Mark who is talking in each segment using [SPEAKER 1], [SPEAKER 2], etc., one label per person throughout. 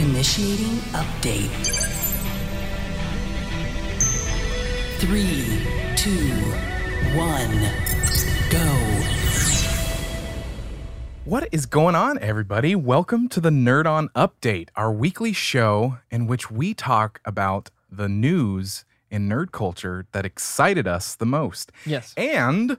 [SPEAKER 1] Initiating update. Three, two, one, go.
[SPEAKER 2] What is going on, everybody? Welcome to the Nerd On Update, our weekly show in which we talk about the news in nerd culture that excited us the most.
[SPEAKER 3] Yes.
[SPEAKER 2] And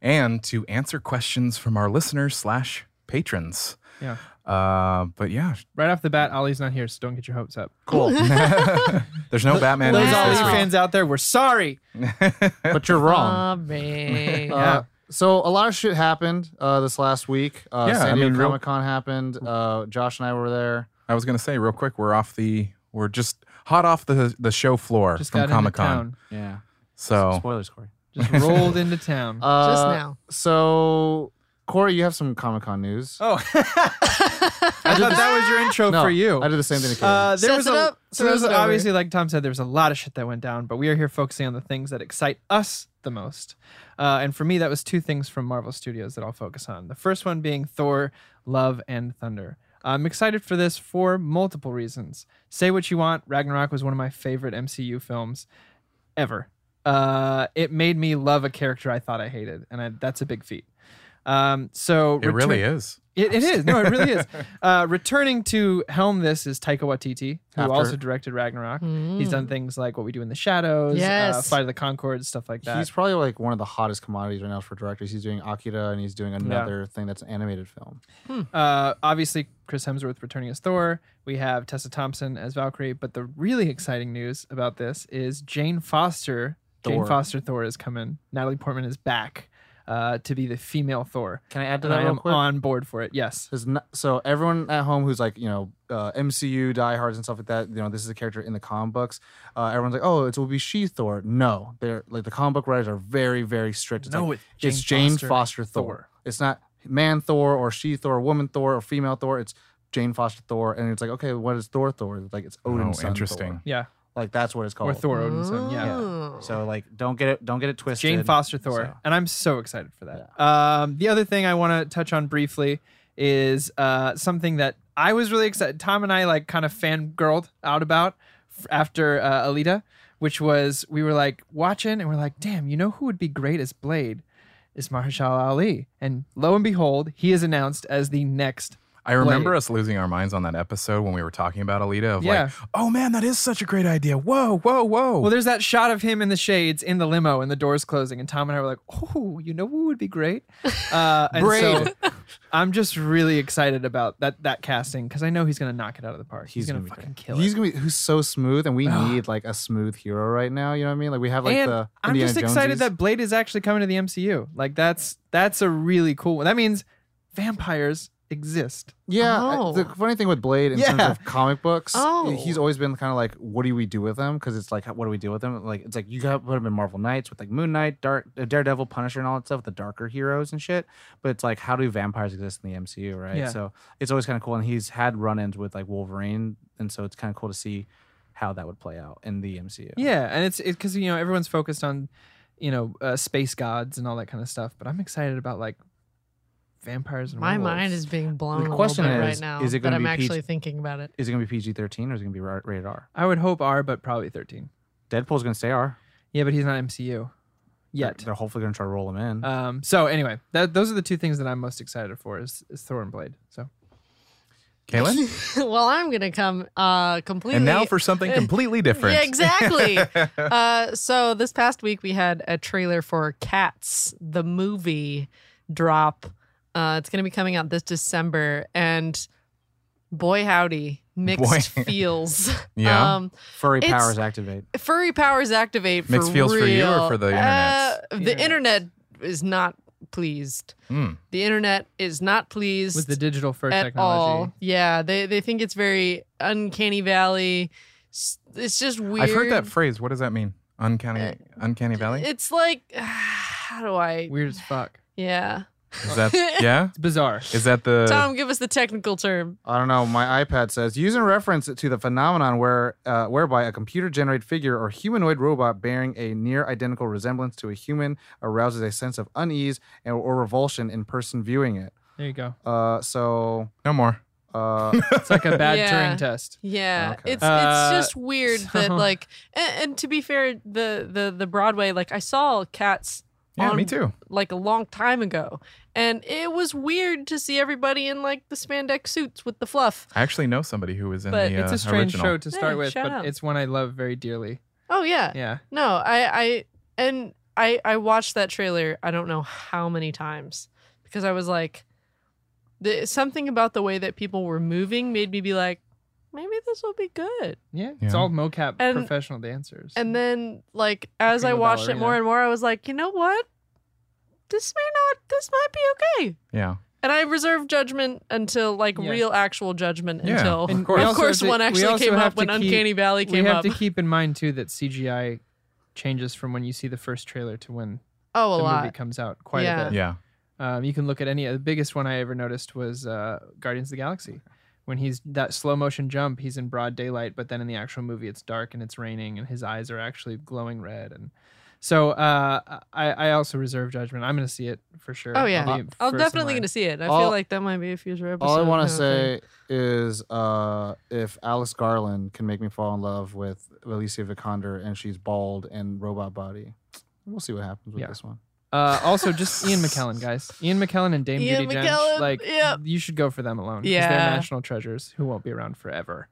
[SPEAKER 2] and to answer questions from our listeners slash patrons.
[SPEAKER 3] Yeah.
[SPEAKER 2] Uh, but yeah,
[SPEAKER 3] Right off the bat, Ollie's not here, so don't get your hopes up.
[SPEAKER 2] cool. There's no Batman
[SPEAKER 3] Those
[SPEAKER 2] news
[SPEAKER 3] Ollie
[SPEAKER 2] this week.
[SPEAKER 3] fans out there, we're sorry.
[SPEAKER 4] but you're
[SPEAKER 5] Um,
[SPEAKER 4] wrong.
[SPEAKER 5] Sorry.
[SPEAKER 4] Uh, so a lot of shit happened uh, this last week. Uh,
[SPEAKER 2] Yeah, I
[SPEAKER 4] San Diego
[SPEAKER 2] mean, real-
[SPEAKER 4] Comic Con happened. Uh, Josh and I were there.
[SPEAKER 2] I was gonna say real quick, we're off the we're just hot off the the show floor
[SPEAKER 3] Just
[SPEAKER 2] from
[SPEAKER 3] got into
[SPEAKER 2] Comic Con.
[SPEAKER 3] town.
[SPEAKER 4] Yeah.
[SPEAKER 2] So
[SPEAKER 4] Spoilers, Corey.
[SPEAKER 3] Just rolled into town.
[SPEAKER 4] Uh,
[SPEAKER 5] Just now.
[SPEAKER 4] So, Corey, you have some Comic Con news.
[SPEAKER 3] oh. I thought that was your intro
[SPEAKER 4] No,
[SPEAKER 3] for you.
[SPEAKER 4] I did the same thing. To Katie.
[SPEAKER 3] Uh, there
[SPEAKER 5] Sets
[SPEAKER 3] was
[SPEAKER 5] it
[SPEAKER 3] a,
[SPEAKER 5] up,
[SPEAKER 3] so there was
[SPEAKER 5] throws it over.
[SPEAKER 3] obviously, like Tom said, there was a lot of shit that went down, but we are here focusing on the things that excite us the most. Uh, and for me, that was two things from Marvel Studios that I'll focus on. The first one being Thor: Love and Thunder. I'm excited for this for multiple reasons. Say what you want, Ragnarok was one of my favorite MCU films ever. Uh, it made me love a character I thought I hated, and I, that's a big feat. Um, so
[SPEAKER 2] it really is.
[SPEAKER 3] it, it is. No, it really is. Uh, returning to helm this is Taika Waititi, who
[SPEAKER 4] After- Hmm.
[SPEAKER 3] also directed Ragnarok. He's done things like What We Do in the Shadows, uh,
[SPEAKER 5] Yes.
[SPEAKER 3] Flight of the Concords, stuff like that.
[SPEAKER 4] he's probably like one of the hottest commodities right now for directors. He's doing Akira and he's doing another thing that's an animated film.
[SPEAKER 3] Uh, obviously, Chris Hemsworth returning as Thor. We have Tessa Thompson as Valkyrie. But the really exciting news about this is Jane Foster. Jane
[SPEAKER 4] Thor.
[SPEAKER 3] Foster Thor is coming. Natalie Portman is back uh, to be the female Thor.
[SPEAKER 4] Can I add to
[SPEAKER 3] And
[SPEAKER 4] that
[SPEAKER 3] I
[SPEAKER 4] real
[SPEAKER 3] am
[SPEAKER 4] quick?
[SPEAKER 3] on board for it. Yes.
[SPEAKER 4] Because n- so everyone at home who's like you know uh, MCU diehards and stuff like that, you know this is a character in the comic books. Uh, everyone's like, oh, it will be she Thor. No, they're like the comic book writers are very very strict. It's
[SPEAKER 3] No,
[SPEAKER 4] like,
[SPEAKER 3] it's Jane
[SPEAKER 4] it's Jane
[SPEAKER 3] Foster
[SPEAKER 4] Foster, Thor.
[SPEAKER 3] Thor.
[SPEAKER 4] It's not man Thor or she Thor, woman Thor or female Thor. It's Jane Foster Thor, and it's like, okay, what is Thor Thor? It's like it's
[SPEAKER 2] Oh,
[SPEAKER 4] Odin's son.
[SPEAKER 2] interesting.
[SPEAKER 4] Thor.
[SPEAKER 3] Yeah.
[SPEAKER 4] Like that's what it's called.
[SPEAKER 3] Or Thor Odin's son. Yeah.
[SPEAKER 5] Oh.
[SPEAKER 4] So like, don't get it, don't get it twisted.
[SPEAKER 3] Jane Foster Thor,
[SPEAKER 4] So-
[SPEAKER 3] and I'm so excited for that. Um, the other thing I want to touch on briefly is uh, something that I was really excited. Tom and I like kind of fangirled out about f- after uh, Alita, which was we were like watching and we're like, damn, you know who would be great as Blade is Mahershala Ali, and lo and behold, he is announced as the next.
[SPEAKER 2] I remember
[SPEAKER 3] Blade.
[SPEAKER 2] us losing our minds on that episode when we were talking about Alita of
[SPEAKER 3] Yeah.
[SPEAKER 2] like, oh man, that is such a great idea. Whoa, whoa, whoa.
[SPEAKER 4] Oh.
[SPEAKER 3] Well, there's that shot of him in the shades in the limo and the doors closing, and Tom and I were like, "Oh, you know who would be great?" Uh, and so
[SPEAKER 4] Braid.
[SPEAKER 3] I'm just really excited about that that casting because I know he's gonna knock it out of the park. He's, gonna,
[SPEAKER 4] be
[SPEAKER 3] fucking
[SPEAKER 4] great.
[SPEAKER 3] kill
[SPEAKER 4] He's
[SPEAKER 3] it.
[SPEAKER 4] gonna be who's so smooth, and we need like a smooth hero right now. You know what I mean? Like we have like
[SPEAKER 3] and
[SPEAKER 4] the
[SPEAKER 3] I'm
[SPEAKER 4] Indiana
[SPEAKER 3] just excited
[SPEAKER 4] Jonesies.
[SPEAKER 3] that Blade is actually coming to the MCU. Like that's that's a really cool one. That means vampires exist.
[SPEAKER 4] yeah. I-
[SPEAKER 5] Oh.
[SPEAKER 4] The funny thing with Blade in
[SPEAKER 3] Yeah.
[SPEAKER 4] terms of comic books,
[SPEAKER 5] Oh.
[SPEAKER 4] he's always been kind of like, what do we do with them? Because it's like, what do we do with them? Like it's like you got to put him in Marvel Knights with like Moon Knight, Dark uh, Daredevil, Punisher, and all that stuff, the darker heroes and shit. But it's like, how do vampires exist in the MCU, right?
[SPEAKER 3] Yeah.
[SPEAKER 4] So it's always kind of cool, and he's had run-ins with like Wolverine, and so it's kind of cool to see how that would play out in the MCU.
[SPEAKER 3] Yeah, and it's because you know everyone's focused on you know uh, space gods and all that kind of stuff, but I'm excited about like vampires and
[SPEAKER 5] My
[SPEAKER 3] werewolves.
[SPEAKER 5] mind is being blown
[SPEAKER 4] The
[SPEAKER 5] a
[SPEAKER 4] question
[SPEAKER 5] little bit
[SPEAKER 4] is,
[SPEAKER 5] right now
[SPEAKER 4] is it
[SPEAKER 5] that
[SPEAKER 4] gonna
[SPEAKER 5] I'm
[SPEAKER 4] be peach-
[SPEAKER 5] actually thinking about it.
[SPEAKER 4] Is it gonna be PG thirteen or is it gonna be ra- rated R?
[SPEAKER 3] I would hope R, but probably 13.
[SPEAKER 4] Deadpool's gonna stay R.
[SPEAKER 3] Yeah, but he's not MCU yet.
[SPEAKER 4] They're, they're hopefully gonna try to roll him in.
[SPEAKER 3] Um, so anyway, that, those are the two things that I'm most excited for is, is Thor and Blade. So
[SPEAKER 2] Kaylin?
[SPEAKER 5] well, I'm going to come uh, completely.
[SPEAKER 2] and now for something completely different.
[SPEAKER 5] Yeah, exactly. uh, so this past week we had a trailer for Cats, the movie drop. Uh, it's going to be coming out this December, and boy howdy, mixed
[SPEAKER 2] Boy.
[SPEAKER 5] feels.
[SPEAKER 2] Yeah.
[SPEAKER 5] Um,
[SPEAKER 4] Furry
[SPEAKER 5] it's-
[SPEAKER 4] powers activate.
[SPEAKER 5] furry powers activate. For
[SPEAKER 2] Mixed feels
[SPEAKER 5] real.
[SPEAKER 2] for you or for the
[SPEAKER 5] Uh,
[SPEAKER 2] internets?
[SPEAKER 5] the
[SPEAKER 3] Internets.
[SPEAKER 5] internet is not pleased.
[SPEAKER 2] Hmm.
[SPEAKER 5] The internet is not pleased
[SPEAKER 3] with the digital fur
[SPEAKER 5] at
[SPEAKER 3] technology,
[SPEAKER 5] all. Yeah, they they think it's very uncanny valley. S- It's just weird.
[SPEAKER 2] I've heard that phrase. What does that mean? Uncanny
[SPEAKER 3] Uh,
[SPEAKER 2] Uncanny Valley?
[SPEAKER 5] It's like how do I?
[SPEAKER 3] weird as fuck.
[SPEAKER 5] Yeah.
[SPEAKER 2] Is that yeah?
[SPEAKER 3] It's bizarre.
[SPEAKER 2] Is that the
[SPEAKER 5] Tom, give us the technical term.
[SPEAKER 4] I don't know. My iPad says using reference to the phenomenon where uh, whereby a computer generated figure or humanoid robot bearing a near identical resemblance to a human arouses a sense of unease and, or revulsion in person viewing it.
[SPEAKER 3] There you go.
[SPEAKER 4] Uh, so
[SPEAKER 2] no more.
[SPEAKER 4] Uh,
[SPEAKER 3] It's like a bad
[SPEAKER 5] Yeah.
[SPEAKER 3] Turing test.
[SPEAKER 5] Yeah,
[SPEAKER 4] Okay.
[SPEAKER 5] it's
[SPEAKER 3] Uh,
[SPEAKER 5] it's just weird that
[SPEAKER 3] so-
[SPEAKER 5] like, and, and to be fair, the the the Broadway like I saw Cats
[SPEAKER 2] Yeah,
[SPEAKER 5] on
[SPEAKER 2] me too.
[SPEAKER 5] like a long time ago, and it was weird to see everybody in like the spandex suits with the fluff.
[SPEAKER 2] I actually know somebody who was in
[SPEAKER 5] But
[SPEAKER 2] the uh,
[SPEAKER 5] Yeah,
[SPEAKER 3] it's a strange
[SPEAKER 2] original.
[SPEAKER 3] show to start
[SPEAKER 5] Yeah,
[SPEAKER 3] with,
[SPEAKER 5] shout
[SPEAKER 3] but
[SPEAKER 5] out.
[SPEAKER 3] it's one I love very dearly.
[SPEAKER 5] Oh yeah,
[SPEAKER 3] Yeah.
[SPEAKER 5] no, I I and I I watched that trailer I don't know how many times because I was like, the, something about the way that people were moving made me be like, maybe this will be good.
[SPEAKER 3] Yeah. It's
[SPEAKER 2] Yeah.
[SPEAKER 3] all mocap
[SPEAKER 5] And-
[SPEAKER 3] professional dancers.
[SPEAKER 5] And then, like, as I
[SPEAKER 3] Prima
[SPEAKER 5] watched it
[SPEAKER 3] ballerina.
[SPEAKER 5] more and more, I was like, you know what? This may not, this might be okay.
[SPEAKER 2] Yeah.
[SPEAKER 5] And I reserved judgment until, like,
[SPEAKER 3] Yeah.
[SPEAKER 5] real actual judgment
[SPEAKER 2] Yeah,
[SPEAKER 5] until,
[SPEAKER 2] of
[SPEAKER 5] of
[SPEAKER 2] course.
[SPEAKER 5] course,
[SPEAKER 2] We
[SPEAKER 3] also have to-
[SPEAKER 5] one
[SPEAKER 3] we
[SPEAKER 5] actually
[SPEAKER 3] also
[SPEAKER 5] came
[SPEAKER 3] have
[SPEAKER 5] up
[SPEAKER 3] to
[SPEAKER 5] when
[SPEAKER 3] keep-
[SPEAKER 5] Uncanny Valley
[SPEAKER 3] we
[SPEAKER 5] came
[SPEAKER 3] have
[SPEAKER 5] up.
[SPEAKER 3] to keep in mind too that CGI changes from when you see the first trailer to when
[SPEAKER 5] oh, a
[SPEAKER 3] the
[SPEAKER 5] lot.
[SPEAKER 3] movie comes out quite
[SPEAKER 5] Yeah.
[SPEAKER 3] a bit.
[SPEAKER 2] Yeah.
[SPEAKER 3] Um, you can look at any. The biggest one I ever noticed was uh, Guardians of the Galaxy. When he's that slow motion jump, he's in broad daylight, but then in the actual movie, it's dark and it's raining, and his eyes are actually glowing red. And so uh, I, I also reserve judgment. I'm going to see it for sure.
[SPEAKER 5] Oh, yeah.
[SPEAKER 3] I'll
[SPEAKER 5] I'm,
[SPEAKER 3] be first in
[SPEAKER 5] definitely
[SPEAKER 3] line.
[SPEAKER 5] going to see it. I
[SPEAKER 4] All-
[SPEAKER 5] feel like that might be a future episode.
[SPEAKER 4] all I want
[SPEAKER 5] kind
[SPEAKER 4] to
[SPEAKER 5] of thing.
[SPEAKER 4] say is uh, if Alice Garland can make me fall in love with Alicia Vikander and she's bald and robot body, we'll see what happens with
[SPEAKER 3] Yeah.
[SPEAKER 4] this one.
[SPEAKER 3] Uh, also, just Ian McKellen, guys. Ian McKellen and Dame
[SPEAKER 5] Ian
[SPEAKER 3] Judi
[SPEAKER 5] McKellen,
[SPEAKER 3] Dench. Like,
[SPEAKER 5] yep.
[SPEAKER 3] you should go for them alone. 'cause they're
[SPEAKER 5] Yeah.
[SPEAKER 3] national treasures who won't be around forever.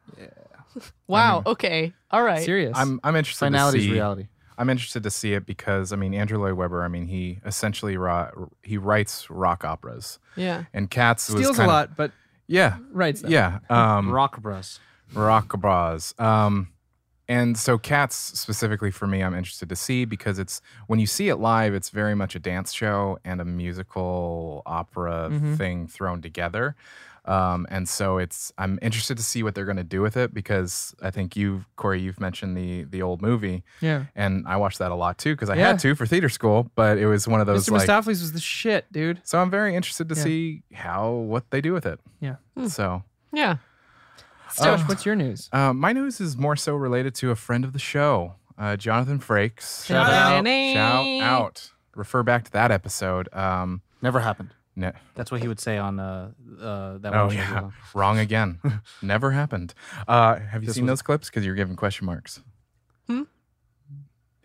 [SPEAKER 5] Wow. Okay. All right.
[SPEAKER 3] Serious.
[SPEAKER 2] I'm I'm interested
[SPEAKER 4] Finality's
[SPEAKER 2] to see
[SPEAKER 4] reality.
[SPEAKER 2] I'm interested to see it because I mean Andrew Lloyd Webber, I mean he essentially ro- he writes rock operas.
[SPEAKER 5] Yeah.
[SPEAKER 2] And Cats was
[SPEAKER 3] Steals a
[SPEAKER 2] kind of-
[SPEAKER 3] lot, but
[SPEAKER 2] yeah.
[SPEAKER 3] writes them.
[SPEAKER 2] Yeah. Um
[SPEAKER 4] Rock Bros.
[SPEAKER 2] rock bras. Um, and so cats specifically for me, I'm interested to see because it's when you see it live, it's very much a dance show and a musical opera
[SPEAKER 3] Mhm.
[SPEAKER 2] thing thrown together. Um, and so it's I'm interested to see what they're going to do with it because I think you've Corey, you've mentioned the the old movie,
[SPEAKER 3] Yeah.
[SPEAKER 2] and I watched that a lot too because I
[SPEAKER 3] Yeah.
[SPEAKER 2] had to for theater school, but it was one of those
[SPEAKER 3] Mr.
[SPEAKER 2] like.
[SPEAKER 3] Mistopheles was the shit, dude.
[SPEAKER 2] So I'm very interested to
[SPEAKER 3] Yeah.
[SPEAKER 2] see how what they do with it.
[SPEAKER 3] Yeah.
[SPEAKER 5] Hmm.
[SPEAKER 2] So
[SPEAKER 5] Yeah.
[SPEAKER 3] Josh, what's your news?
[SPEAKER 2] Uh, my news is more so related to a friend of the show, uh, Jonathan Frakes.
[SPEAKER 4] Shout out.
[SPEAKER 2] Shout out. Refer back to that episode. Um,
[SPEAKER 4] Never happened.
[SPEAKER 2] ne-
[SPEAKER 4] That's what he would say on uh, uh, that
[SPEAKER 2] oh
[SPEAKER 4] one.
[SPEAKER 2] yeah, wrong again. Never happened. Uh, have you
[SPEAKER 4] This
[SPEAKER 2] seen
[SPEAKER 4] was-
[SPEAKER 2] those clips? Because you're giving question marks.
[SPEAKER 5] Hmm?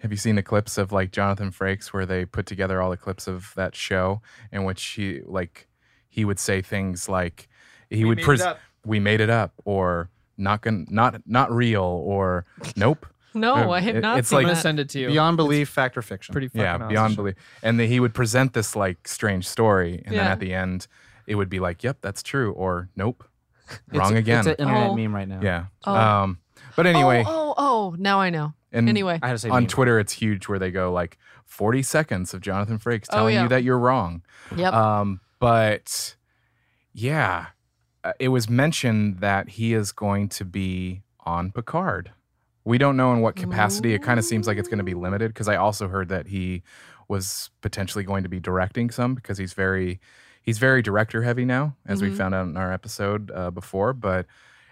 [SPEAKER 2] Have you seen the clips of like Jonathan Frakes where they put together all the clips of that show in which he like he would say things like he would pres- we made it up or not going not not real or nope
[SPEAKER 5] No,
[SPEAKER 2] Uh,
[SPEAKER 5] I have
[SPEAKER 2] it-
[SPEAKER 5] not
[SPEAKER 2] it's
[SPEAKER 5] seen
[SPEAKER 2] like-
[SPEAKER 3] I'm going to
[SPEAKER 5] that.
[SPEAKER 3] send it to you.
[SPEAKER 4] Beyond belief, fact or fiction.
[SPEAKER 3] Pretty fucking
[SPEAKER 2] yeah
[SPEAKER 3] awesome.
[SPEAKER 2] beyond belief and then he would present this like strange story and then
[SPEAKER 5] Yeah.
[SPEAKER 2] at the end it would be like yep that's true or nope
[SPEAKER 4] It's-
[SPEAKER 2] wrong again
[SPEAKER 4] It's an internet
[SPEAKER 5] Oh.
[SPEAKER 4] meme right now.
[SPEAKER 2] yeah
[SPEAKER 5] Oh.
[SPEAKER 2] um but anyway Mm.
[SPEAKER 5] Oh, oh, oh, now I know.
[SPEAKER 2] and
[SPEAKER 5] Anyway.
[SPEAKER 4] I had to say
[SPEAKER 2] on
[SPEAKER 4] meme.
[SPEAKER 2] twitter it's huge where they go like 40 seconds of jonathan frakes
[SPEAKER 5] Oh,
[SPEAKER 2] telling
[SPEAKER 5] yeah.
[SPEAKER 2] you that you're wrong
[SPEAKER 5] Yep.
[SPEAKER 2] um but yeah uh, it was mentioned that he is going to be on picard we don't know in what capacity it kind of seems like it's going to be limited because i also heard that he was potentially going to be directing some because he's very he's very director heavy now as we
[SPEAKER 5] Mhm.
[SPEAKER 2] found out in our episode uh, before but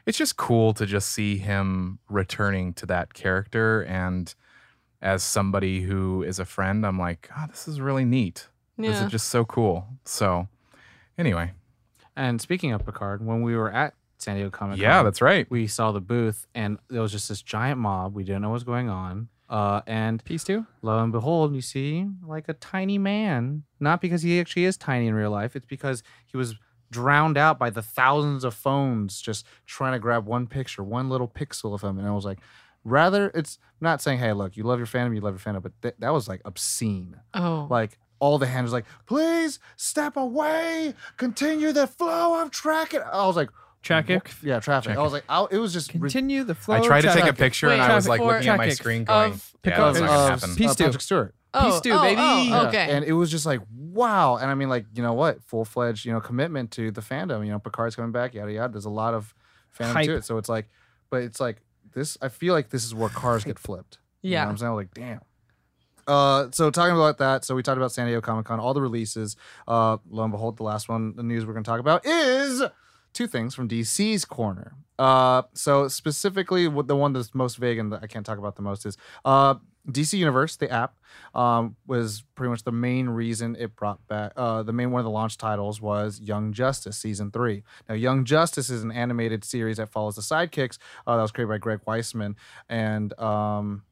[SPEAKER 2] it's just cool to just see him returning to that character and as somebody who is a friend i'm like oh this is really neat this
[SPEAKER 5] yeah.
[SPEAKER 2] is just so cool. So, anyway,
[SPEAKER 4] And speaking of Picard, when we were at San Diego Comic Con,
[SPEAKER 2] yeah, that's right.
[SPEAKER 4] we saw the booth, and there was just this giant mob. We didn't know what was going on. Uh, and
[SPEAKER 3] Piece two?
[SPEAKER 4] lo and behold, you see like a tiny man. Not because he actually is tiny in real life. It's because he was drowned out by the thousands of phones just trying to grab one picture, one little pixel of him. And I was like, rather, it's not saying, hey, look, you love your fandom, you love your fandom, but th- that was like obscene
[SPEAKER 5] oh.
[SPEAKER 4] like all the hands like, please step away, continue the flow of traffic. I was like,
[SPEAKER 3] Traffic?
[SPEAKER 4] "What?" Yeah, traffic. I was like, I, it was just
[SPEAKER 3] Continue the flow.
[SPEAKER 2] I tried to take a
[SPEAKER 3] traffic.
[SPEAKER 2] picture and
[SPEAKER 5] Wait,
[SPEAKER 2] I was like
[SPEAKER 5] traffic
[SPEAKER 2] looking at my
[SPEAKER 3] traffic
[SPEAKER 2] screen
[SPEAKER 5] of
[SPEAKER 2] going, yeah, that's
[SPEAKER 4] because
[SPEAKER 2] not
[SPEAKER 3] Picards.
[SPEAKER 2] gonna
[SPEAKER 4] of
[SPEAKER 2] happen.
[SPEAKER 3] Peace
[SPEAKER 4] uh,
[SPEAKER 3] do.
[SPEAKER 4] Patrick Stewart.
[SPEAKER 5] oh,
[SPEAKER 3] Peace do,
[SPEAKER 5] oh,
[SPEAKER 3] baby.
[SPEAKER 5] Oh,
[SPEAKER 3] Yeah.
[SPEAKER 5] okay.
[SPEAKER 4] And it was just like, wow. And I mean, like, you know what? Full fledged, you know, commitment to the fandom. You know, Picard's coming back, yada yada. There's a lot of fandom
[SPEAKER 3] Hype.
[SPEAKER 4] to it. So it's like, but it's like this. I feel like this is where cars get flipped. You know
[SPEAKER 5] yeah.
[SPEAKER 4] what I'm saying? Like, damn. Uh, so talking about that, so we talked about San Diego Comic Con, all the releases. Uh, lo and behold, the last one, the news we're going to talk about is two things from DC's corner. Uh, so specifically, what the one that's most vague and that I can't talk about the most is uh, DC Universe, the app, um, was pretty much the main reason it brought back. Uh, the main one of the launch titles was Young Justice season three. Now, Young Justice is an animated series that follows the sidekicks uh, that was created by Greg Weisman and. Um,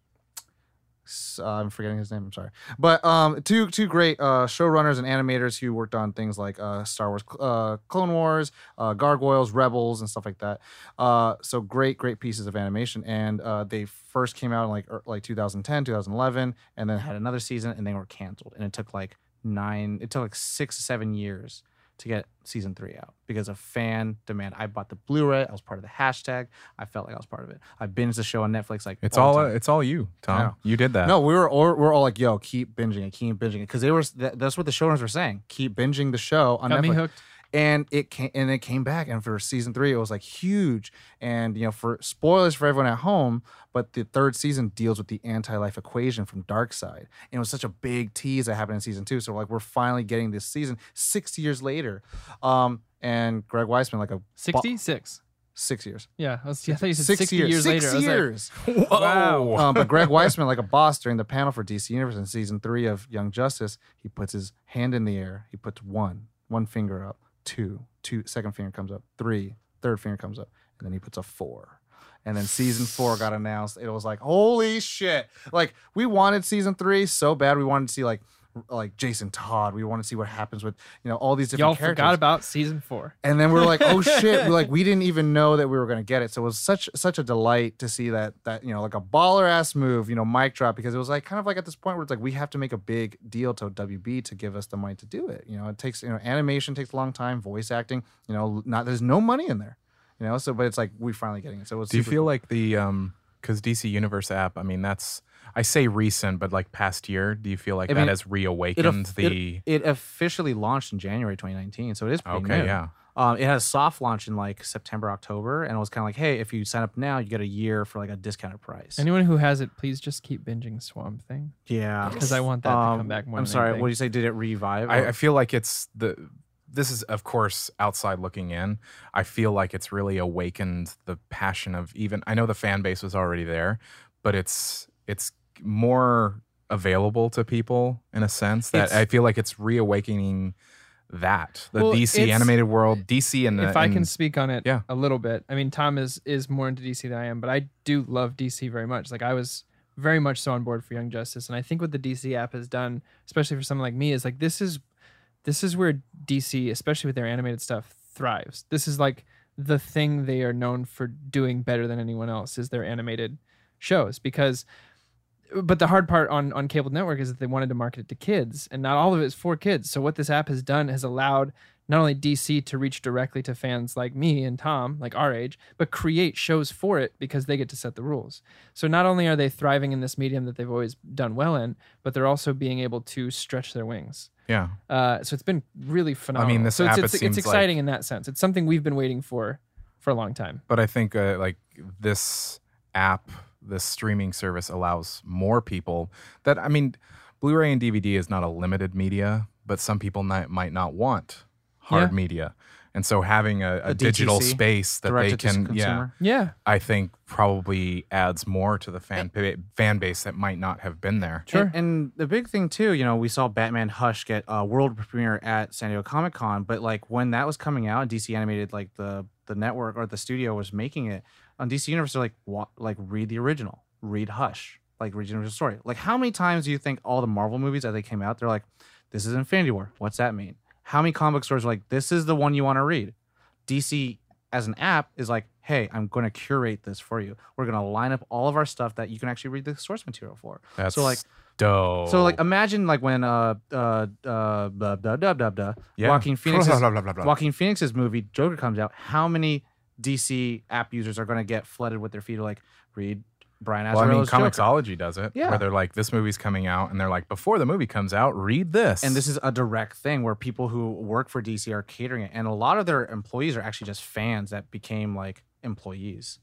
[SPEAKER 4] s- uh, I'm forgetting his name. I'm sorry, but um, two two great uh, showrunners and animators who worked on things like uh, Star Wars, uh, Clone Wars, uh, Gargoyles, Rebels, and stuff like that. Uh, so great, great pieces of animation, and uh, they first came out in like er- like 2010, 2011, and then had another season, and they were canceled. And it took like nine, it took like six, seven years to get season three out because of fan demand. I bought the Blu-ray. I was part of the hashtag. I felt like I was part of it. I binged the show on Netflix. Like
[SPEAKER 2] It's
[SPEAKER 4] the
[SPEAKER 2] all
[SPEAKER 4] time.
[SPEAKER 2] it's all you,
[SPEAKER 4] I
[SPEAKER 2] Tom.
[SPEAKER 4] know.
[SPEAKER 2] You did that.
[SPEAKER 4] No, we were all, we're all like, yo, keep binging it, keep binging it, because they were that, that's what the showrunners were saying. Keep binging the show on
[SPEAKER 3] Got me
[SPEAKER 4] Netflix,
[SPEAKER 3] hooked.
[SPEAKER 4] and it came and it came back. And for season three, it was like huge. And you know, for spoilers for everyone at home, but the third season deals with the anti-life equation from Darkseid, and it was such a big tease that happened in season two. So like, we're finally getting this season six years later. Um, and Greg Weisman, like a
[SPEAKER 3] 66.
[SPEAKER 4] six years,
[SPEAKER 3] Yeah, I, was, I thought you said 60 years,
[SPEAKER 4] years,
[SPEAKER 3] later.
[SPEAKER 4] six
[SPEAKER 3] I was like,
[SPEAKER 4] years.
[SPEAKER 2] Wow.
[SPEAKER 4] Um, but Greg Weisman, like a boss during the panel for DC Universe in season three of Young Justice, he puts his hand in the air. He puts one, one finger up, two, two, second finger comes up, three, third finger comes up, and then he puts a four. And then season four got announced. It was like, holy shit! Like we wanted season three so bad. We wanted to see like, like Jason Todd. We want to see what happens with you know all these different
[SPEAKER 3] y'all
[SPEAKER 4] characters.
[SPEAKER 3] forgot about season four.
[SPEAKER 4] And then we were like, oh shit, we like we didn't even know that we were gonna get it. So it was such such a delight to see that that you know like a baller ass move, you know, mic drop because it was like kind of like at this point where it's like we have to make a big deal to WB to give us the money to do it. You know, it takes you know animation takes a long time, voice acting, you know, not there's no money in there. You know, so but it's like we finally getting it. So it was
[SPEAKER 2] Do you
[SPEAKER 4] super
[SPEAKER 2] feel
[SPEAKER 4] cool.
[SPEAKER 2] like the um because DC Universe app, I mean that's I say recent, but like past year, do you feel like
[SPEAKER 4] I
[SPEAKER 2] that
[SPEAKER 4] mean,
[SPEAKER 2] has
[SPEAKER 4] it,
[SPEAKER 2] reawakened
[SPEAKER 4] of-
[SPEAKER 2] the
[SPEAKER 4] it, it officially launched in January 2019, so it is pretty
[SPEAKER 2] Okay,
[SPEAKER 4] new.
[SPEAKER 2] yeah.
[SPEAKER 4] Um, it had a soft launch in like September, October, and it was kind of like, hey, if you sign up now, you get a year for like a discounted price.
[SPEAKER 3] Anyone who has it, please just keep binging Swamp Thing
[SPEAKER 4] yeah,
[SPEAKER 3] because I want that to
[SPEAKER 4] Um,
[SPEAKER 3] come back more.
[SPEAKER 4] I'm
[SPEAKER 3] than
[SPEAKER 4] sorry.
[SPEAKER 3] anything.
[SPEAKER 4] What do you say? Did it revive?
[SPEAKER 2] I,
[SPEAKER 3] Oh.
[SPEAKER 4] or-
[SPEAKER 2] I feel like it's the this is of course outside looking in. I feel like it's really awakened the passion of even I know the fan base was already there, but it's it's more available to people in a sense that
[SPEAKER 4] It's-
[SPEAKER 2] I feel like it's reawakening that the
[SPEAKER 3] Well,
[SPEAKER 2] DC
[SPEAKER 3] it's-
[SPEAKER 2] animated world, DC and the
[SPEAKER 3] if I can
[SPEAKER 2] uh, and-
[SPEAKER 3] speak on it
[SPEAKER 2] Yeah.
[SPEAKER 3] a little bit. I mean, Tom is is more into DC than I am, but I do love DC very much. Like I was very much so on board for Young Justice, and I think what the DC app has done, especially for someone like me, is like this is this is where DC, especially with their animated stuff, thrives. This is like the thing they are known for doing better than anyone else is their animated shows because but the hard part on on cable network is that they wanted to market it to kids and not all of it is for kids so what this app has done has allowed not only dc to reach directly to fans like me and tom like our age but create shows for it because they get to set the rules so not only are they thriving in this medium that they've always done well in but they're also being able to stretch their wings
[SPEAKER 2] yeah.
[SPEAKER 3] uh, so it's been really phenomenal
[SPEAKER 2] this
[SPEAKER 3] so it's,
[SPEAKER 2] app, it
[SPEAKER 3] it's, it's
[SPEAKER 2] seems like-
[SPEAKER 3] exciting in that sense it's something we've been waiting for for a long time
[SPEAKER 2] but I think uh, like this app, this streaming service allows more people that I mean, Blu-ray and DVD is not a limited media, but some people ni- might not want hard
[SPEAKER 3] Yeah.
[SPEAKER 2] media, and so having a, a,
[SPEAKER 4] A
[SPEAKER 2] digital
[SPEAKER 4] DTC,
[SPEAKER 2] space that they
[SPEAKER 4] directed to
[SPEAKER 2] can, yeah,
[SPEAKER 4] consumer?
[SPEAKER 3] yeah
[SPEAKER 2] I think probably adds more to the fan pa- fan base that might not have been there.
[SPEAKER 3] Sure.
[SPEAKER 4] And, and the big thing too, you know, we saw Batman Hush get a world premiere at San Diego Comic Con, but like when that was coming out, DC Animated, like the the network or the studio was making it on DC Universe, they're like, wa- like read the original, read Hush, like read the original story. Like how many times do you think all the Marvel movies as they came out, they're like, this is Infinity War. What's that mean? How many comic book stores are like, this is the one you want to read? DC as an app is like, hey, I'm going to curate this for you. We're going to line up all of our stuff that you can actually read the source material for.
[SPEAKER 2] That's
[SPEAKER 4] like-
[SPEAKER 2] dope.
[SPEAKER 4] So like imagine like when uh uh uh blah, blah, blah, blah, blah, Joaquin Phoenix's
[SPEAKER 2] Blah, blah, blah, blah.
[SPEAKER 4] Joaquin Phoenix's movie Joker comes out, how many DC app users are going to get flooded with their feed like read Brian
[SPEAKER 2] Well, I mean,
[SPEAKER 4] Azzarello's Joker?
[SPEAKER 2] Comixology does it,
[SPEAKER 4] Yeah.
[SPEAKER 2] where they're like, this movie's coming out, and they're like, before the movie comes out, read this.
[SPEAKER 4] And this is a direct thing where people who work for DC are catering it, and a lot of their employees are actually just fans that became like employees.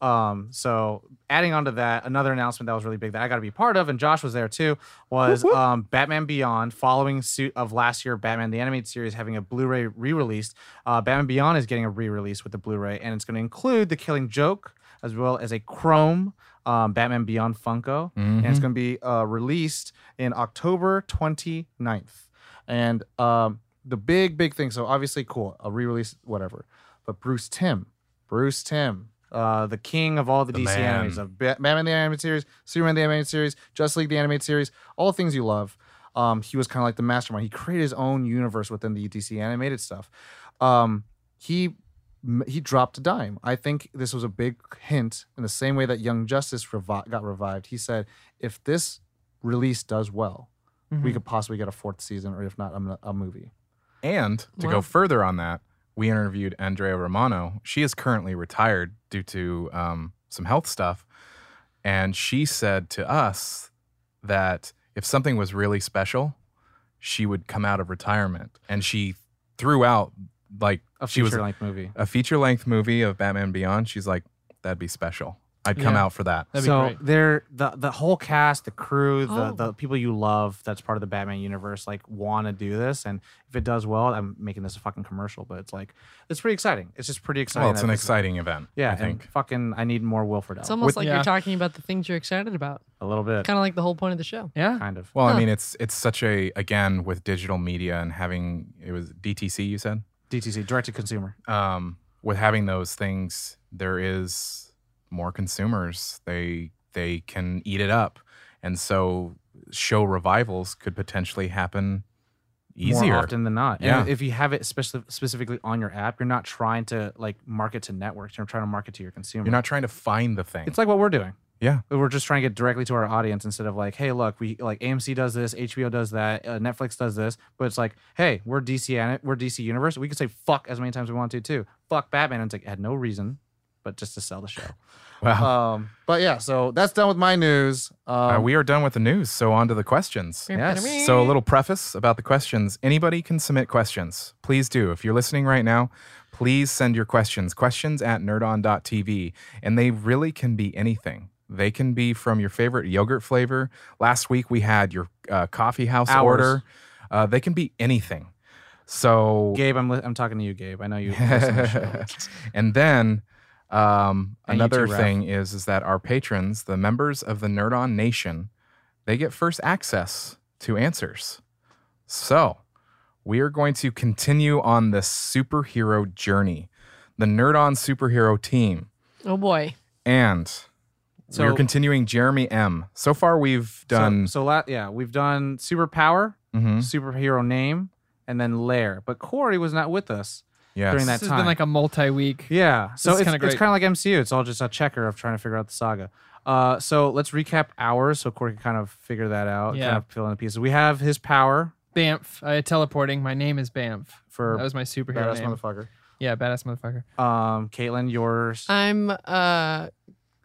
[SPEAKER 4] Um, so adding on to that, another announcement that was really big that I got to be part of, and Josh was there too, was um, Batman Beyond, following suit of last year Batman the Animated Series having a Blu-ray re-released. Uh, Batman Beyond is getting a re-release with the Blu-ray, and it's going to include the Killing Joke as well as a Chrome, um, Batman Beyond Funko, and it's going to be uh, released in October 29th. And um, the big, big thing. So obviously, cool, a re-release, whatever. But Bruce Tim, Bruce Tim, uh, the king of all the,
[SPEAKER 2] The
[SPEAKER 4] DC
[SPEAKER 2] man.
[SPEAKER 4] animes of Ba- Batman the animated series, Superman the animated series, Justice League the animated series, all the things you love. Um, he was kind of like the mastermind. He created his own universe within the DC animated stuff. Um, he m- he dropped a dime. I think this was a big hint in the same way that Young Justice revi- got revived. He said, if this release does well,
[SPEAKER 3] Mm-hmm.
[SPEAKER 2] Mm-hmm.
[SPEAKER 4] we could possibly get a fourth season, or if not, a, m- a movie.
[SPEAKER 2] And to
[SPEAKER 5] Wow.
[SPEAKER 2] go further on that, we interviewed Andrea Romano. She is currently retired due to um, some health stuff. And she said to us that if something was really special, she would come out of retirement. And she threw out, like,
[SPEAKER 4] A
[SPEAKER 2] she was
[SPEAKER 4] feature-length movie.
[SPEAKER 2] a feature length movie of Batman Beyond. She's like, that'd be special. I'd come
[SPEAKER 3] Yeah.
[SPEAKER 2] out for that.
[SPEAKER 3] That'd be
[SPEAKER 4] so
[SPEAKER 3] great.
[SPEAKER 4] they're the the whole cast, the crew, the
[SPEAKER 5] Oh.
[SPEAKER 4] the people you love that's part of the Batman universe, like want to do this, and if it does well, I'm making this a fucking commercial, but it's like it's pretty exciting. It's just pretty exciting.
[SPEAKER 2] Well, it's
[SPEAKER 4] that
[SPEAKER 2] an
[SPEAKER 4] this is-
[SPEAKER 2] exciting event.
[SPEAKER 4] Yeah,
[SPEAKER 2] I
[SPEAKER 4] and
[SPEAKER 2] think.
[SPEAKER 4] fucking, I need more Wilfred
[SPEAKER 5] It's
[SPEAKER 4] Allen.
[SPEAKER 5] almost like
[SPEAKER 3] yeah.
[SPEAKER 5] you're talking about the things you're excited about.
[SPEAKER 4] a little bit,
[SPEAKER 5] Kind of like the whole point of the show.
[SPEAKER 3] Yeah.
[SPEAKER 4] kind of.
[SPEAKER 2] Well,
[SPEAKER 5] Huh.
[SPEAKER 2] I mean, it's it's such a again with digital media and having it was DTC. You said
[SPEAKER 4] DTC, direct to consumer.
[SPEAKER 2] um, with having those things, there is more consumers. They they can eat it up, and so show revivals could potentially happen easier.
[SPEAKER 4] more often than not.
[SPEAKER 2] Yeah.
[SPEAKER 4] And if you have it speci- specifically on your app, you're not trying to like market to networks. You're trying to market to your consumer.
[SPEAKER 2] You're not trying to find the thing.
[SPEAKER 4] It's like what we're doing.
[SPEAKER 2] Yeah.
[SPEAKER 4] We're just trying to get directly to our audience instead of like, hey, look, we like AMC does this, HBO does that, uh, Netflix does this, but it's like, hey, we're DC, ani- we're DC Universe. We can say fuck as many times as we want to too. Fuck Batman. And it's like had no reason, but just to sell the show.
[SPEAKER 2] well,
[SPEAKER 4] um, but yeah, so that's done with my news. Um,
[SPEAKER 2] uh, we are done with the news, so on to the questions.
[SPEAKER 4] Yes.
[SPEAKER 2] So, a little preface about the questions. Anybody can submit questions. Please do. If you're listening right now, please send your questions. Questions at nerdon.tv. And they really can be anything. They can be from your favorite yogurt flavor. Last week we had your uh, coffee house
[SPEAKER 4] Ours.
[SPEAKER 2] order. Uh, they can be anything. So,
[SPEAKER 4] Gabe, I'm li- I'm talking to you, Gabe. I know you. listen to the show.
[SPEAKER 2] and then um,
[SPEAKER 4] And you
[SPEAKER 2] another
[SPEAKER 4] too, Ralph.
[SPEAKER 2] thing is is that our patrons, the members of the Nerd On Nation, they get first access to answers. So we are going to continue on this superhero journey, the Nerd On superhero team,
[SPEAKER 5] Oh boy.
[SPEAKER 2] and
[SPEAKER 4] So-
[SPEAKER 2] we're continuing Jeremy M. So far, we've
[SPEAKER 4] So-
[SPEAKER 2] done.
[SPEAKER 4] So, la- yeah, we've done superpower,
[SPEAKER 2] Mhm.
[SPEAKER 4] superhero name, and then lair. But Corey was not with us.
[SPEAKER 2] Yes.
[SPEAKER 4] during that
[SPEAKER 3] This has
[SPEAKER 4] time.
[SPEAKER 3] been like a multi-week.
[SPEAKER 4] Yeah. So
[SPEAKER 3] is
[SPEAKER 4] it's,
[SPEAKER 3] kinda
[SPEAKER 4] it's
[SPEAKER 3] great.
[SPEAKER 4] kind of like MCU. It's all just a checker of trying to figure out the saga. Uh, so let's recap ours so Corey can kind of figure that out.
[SPEAKER 3] Yeah.
[SPEAKER 4] Kind of fill in the pieces. We have his power
[SPEAKER 3] Banff. I teleporting. My name is Banff.
[SPEAKER 4] for
[SPEAKER 3] That was my superhero
[SPEAKER 4] badass
[SPEAKER 3] name.
[SPEAKER 4] motherfucker.
[SPEAKER 3] yeah, badass motherfucker.
[SPEAKER 4] Um, Caitlin, yours.
[SPEAKER 5] I'm a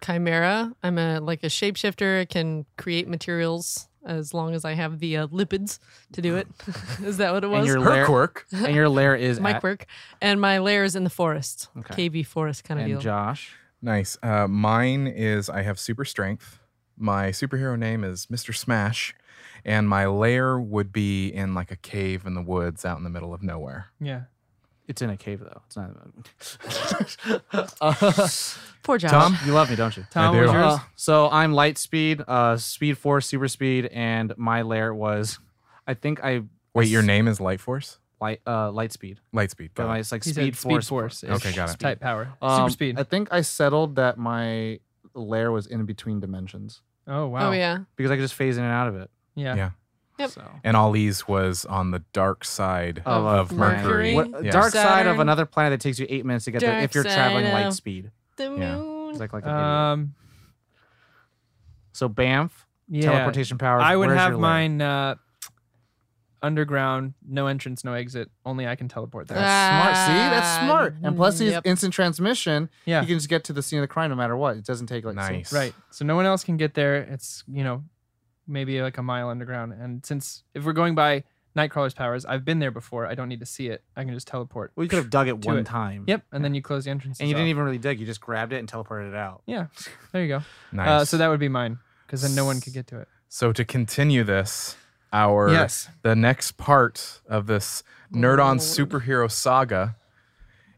[SPEAKER 5] chimera. I'm a like a shapeshifter. I can create materials as long as I have the uh, lipids to do it. Is that what it
[SPEAKER 4] and
[SPEAKER 5] was?
[SPEAKER 4] your
[SPEAKER 2] her
[SPEAKER 4] lair.
[SPEAKER 2] quirk.
[SPEAKER 4] and your lair is
[SPEAKER 5] my
[SPEAKER 4] at-
[SPEAKER 5] quirk. And my lair is in the forest.
[SPEAKER 4] Okay.
[SPEAKER 5] KV forest kind of
[SPEAKER 4] and
[SPEAKER 5] deal.
[SPEAKER 4] Josh.
[SPEAKER 2] Nice. Uh, mine is I have super strength. My superhero name is Mr. Smash, and my lair would be in like a cave in the woods out in the middle of nowhere.
[SPEAKER 3] Yeah.
[SPEAKER 4] It's in a cave though. It's not. Uh,
[SPEAKER 5] Poor Josh.
[SPEAKER 2] Tom?
[SPEAKER 4] you love me, don't you?
[SPEAKER 3] Tom,
[SPEAKER 2] do.
[SPEAKER 3] what was
[SPEAKER 4] Uh,
[SPEAKER 3] yours?
[SPEAKER 4] so I'm light speed, uh, speed force, super speed, and my lair was, I think I
[SPEAKER 2] Wait, your name is Light Force?
[SPEAKER 4] light uh light speed.
[SPEAKER 2] Light Speed.
[SPEAKER 4] But
[SPEAKER 2] got it.
[SPEAKER 4] it's like
[SPEAKER 3] He said
[SPEAKER 4] speed,
[SPEAKER 3] speed
[SPEAKER 4] force.
[SPEAKER 3] force.
[SPEAKER 2] Okay, got it.
[SPEAKER 3] Type power.
[SPEAKER 4] Um,
[SPEAKER 3] Super speed.
[SPEAKER 4] I think I settled that my lair was in between dimensions
[SPEAKER 3] oh wow.
[SPEAKER 5] Oh yeah.
[SPEAKER 4] because I could just phase in and out of it.
[SPEAKER 3] Yeah.
[SPEAKER 2] Yeah.
[SPEAKER 5] Yep.
[SPEAKER 4] So.
[SPEAKER 2] And Ollie's was on the dark side
[SPEAKER 3] Oh,
[SPEAKER 4] Of
[SPEAKER 3] uh,
[SPEAKER 2] of,
[SPEAKER 5] Mercury.
[SPEAKER 2] Mercury.
[SPEAKER 5] What-
[SPEAKER 2] Yeah.
[SPEAKER 4] Dark side of
[SPEAKER 5] Saturn.
[SPEAKER 4] another planet that takes you eight minutes to get there
[SPEAKER 5] Dark
[SPEAKER 4] if you're traveling
[SPEAKER 5] side
[SPEAKER 4] light
[SPEAKER 5] of-
[SPEAKER 4] speed.
[SPEAKER 5] The
[SPEAKER 2] Yeah.
[SPEAKER 5] moon.
[SPEAKER 4] It's like like an idiot.
[SPEAKER 3] Um.
[SPEAKER 4] so Banff
[SPEAKER 3] Yeah.
[SPEAKER 4] teleportation powers.
[SPEAKER 3] I would
[SPEAKER 4] where's
[SPEAKER 3] have
[SPEAKER 4] your lair?
[SPEAKER 3] mine uh, underground, no entrance, no exit. Only I can teleport there.
[SPEAKER 4] Smart, see that's
[SPEAKER 5] Ah,
[SPEAKER 4] smart. And plus, he's
[SPEAKER 5] yep.
[SPEAKER 4] instant transmission.
[SPEAKER 3] yeah.
[SPEAKER 4] You can just get to the scene of the crime no matter what. It doesn't take like so-
[SPEAKER 2] Nice.
[SPEAKER 3] Right. So no one else can get there. It's, you know, maybe like a mile underground. And since if we're going by Nightcrawler's powers, I've been there before. I don't need to see it. I can just teleport.
[SPEAKER 4] Well, you could have dug it
[SPEAKER 3] To
[SPEAKER 4] one
[SPEAKER 3] it.
[SPEAKER 4] time.
[SPEAKER 3] Yep. And then you close the entrance.
[SPEAKER 4] And you didn't even really dig. You just grabbed it and teleported it out.
[SPEAKER 3] Yeah. There you go.
[SPEAKER 2] Nice.
[SPEAKER 3] Uh, so that would be mine because then no one could get to it.
[SPEAKER 2] So to continue this, our
[SPEAKER 3] Yes.
[SPEAKER 2] the next part of this nerd on superhero saga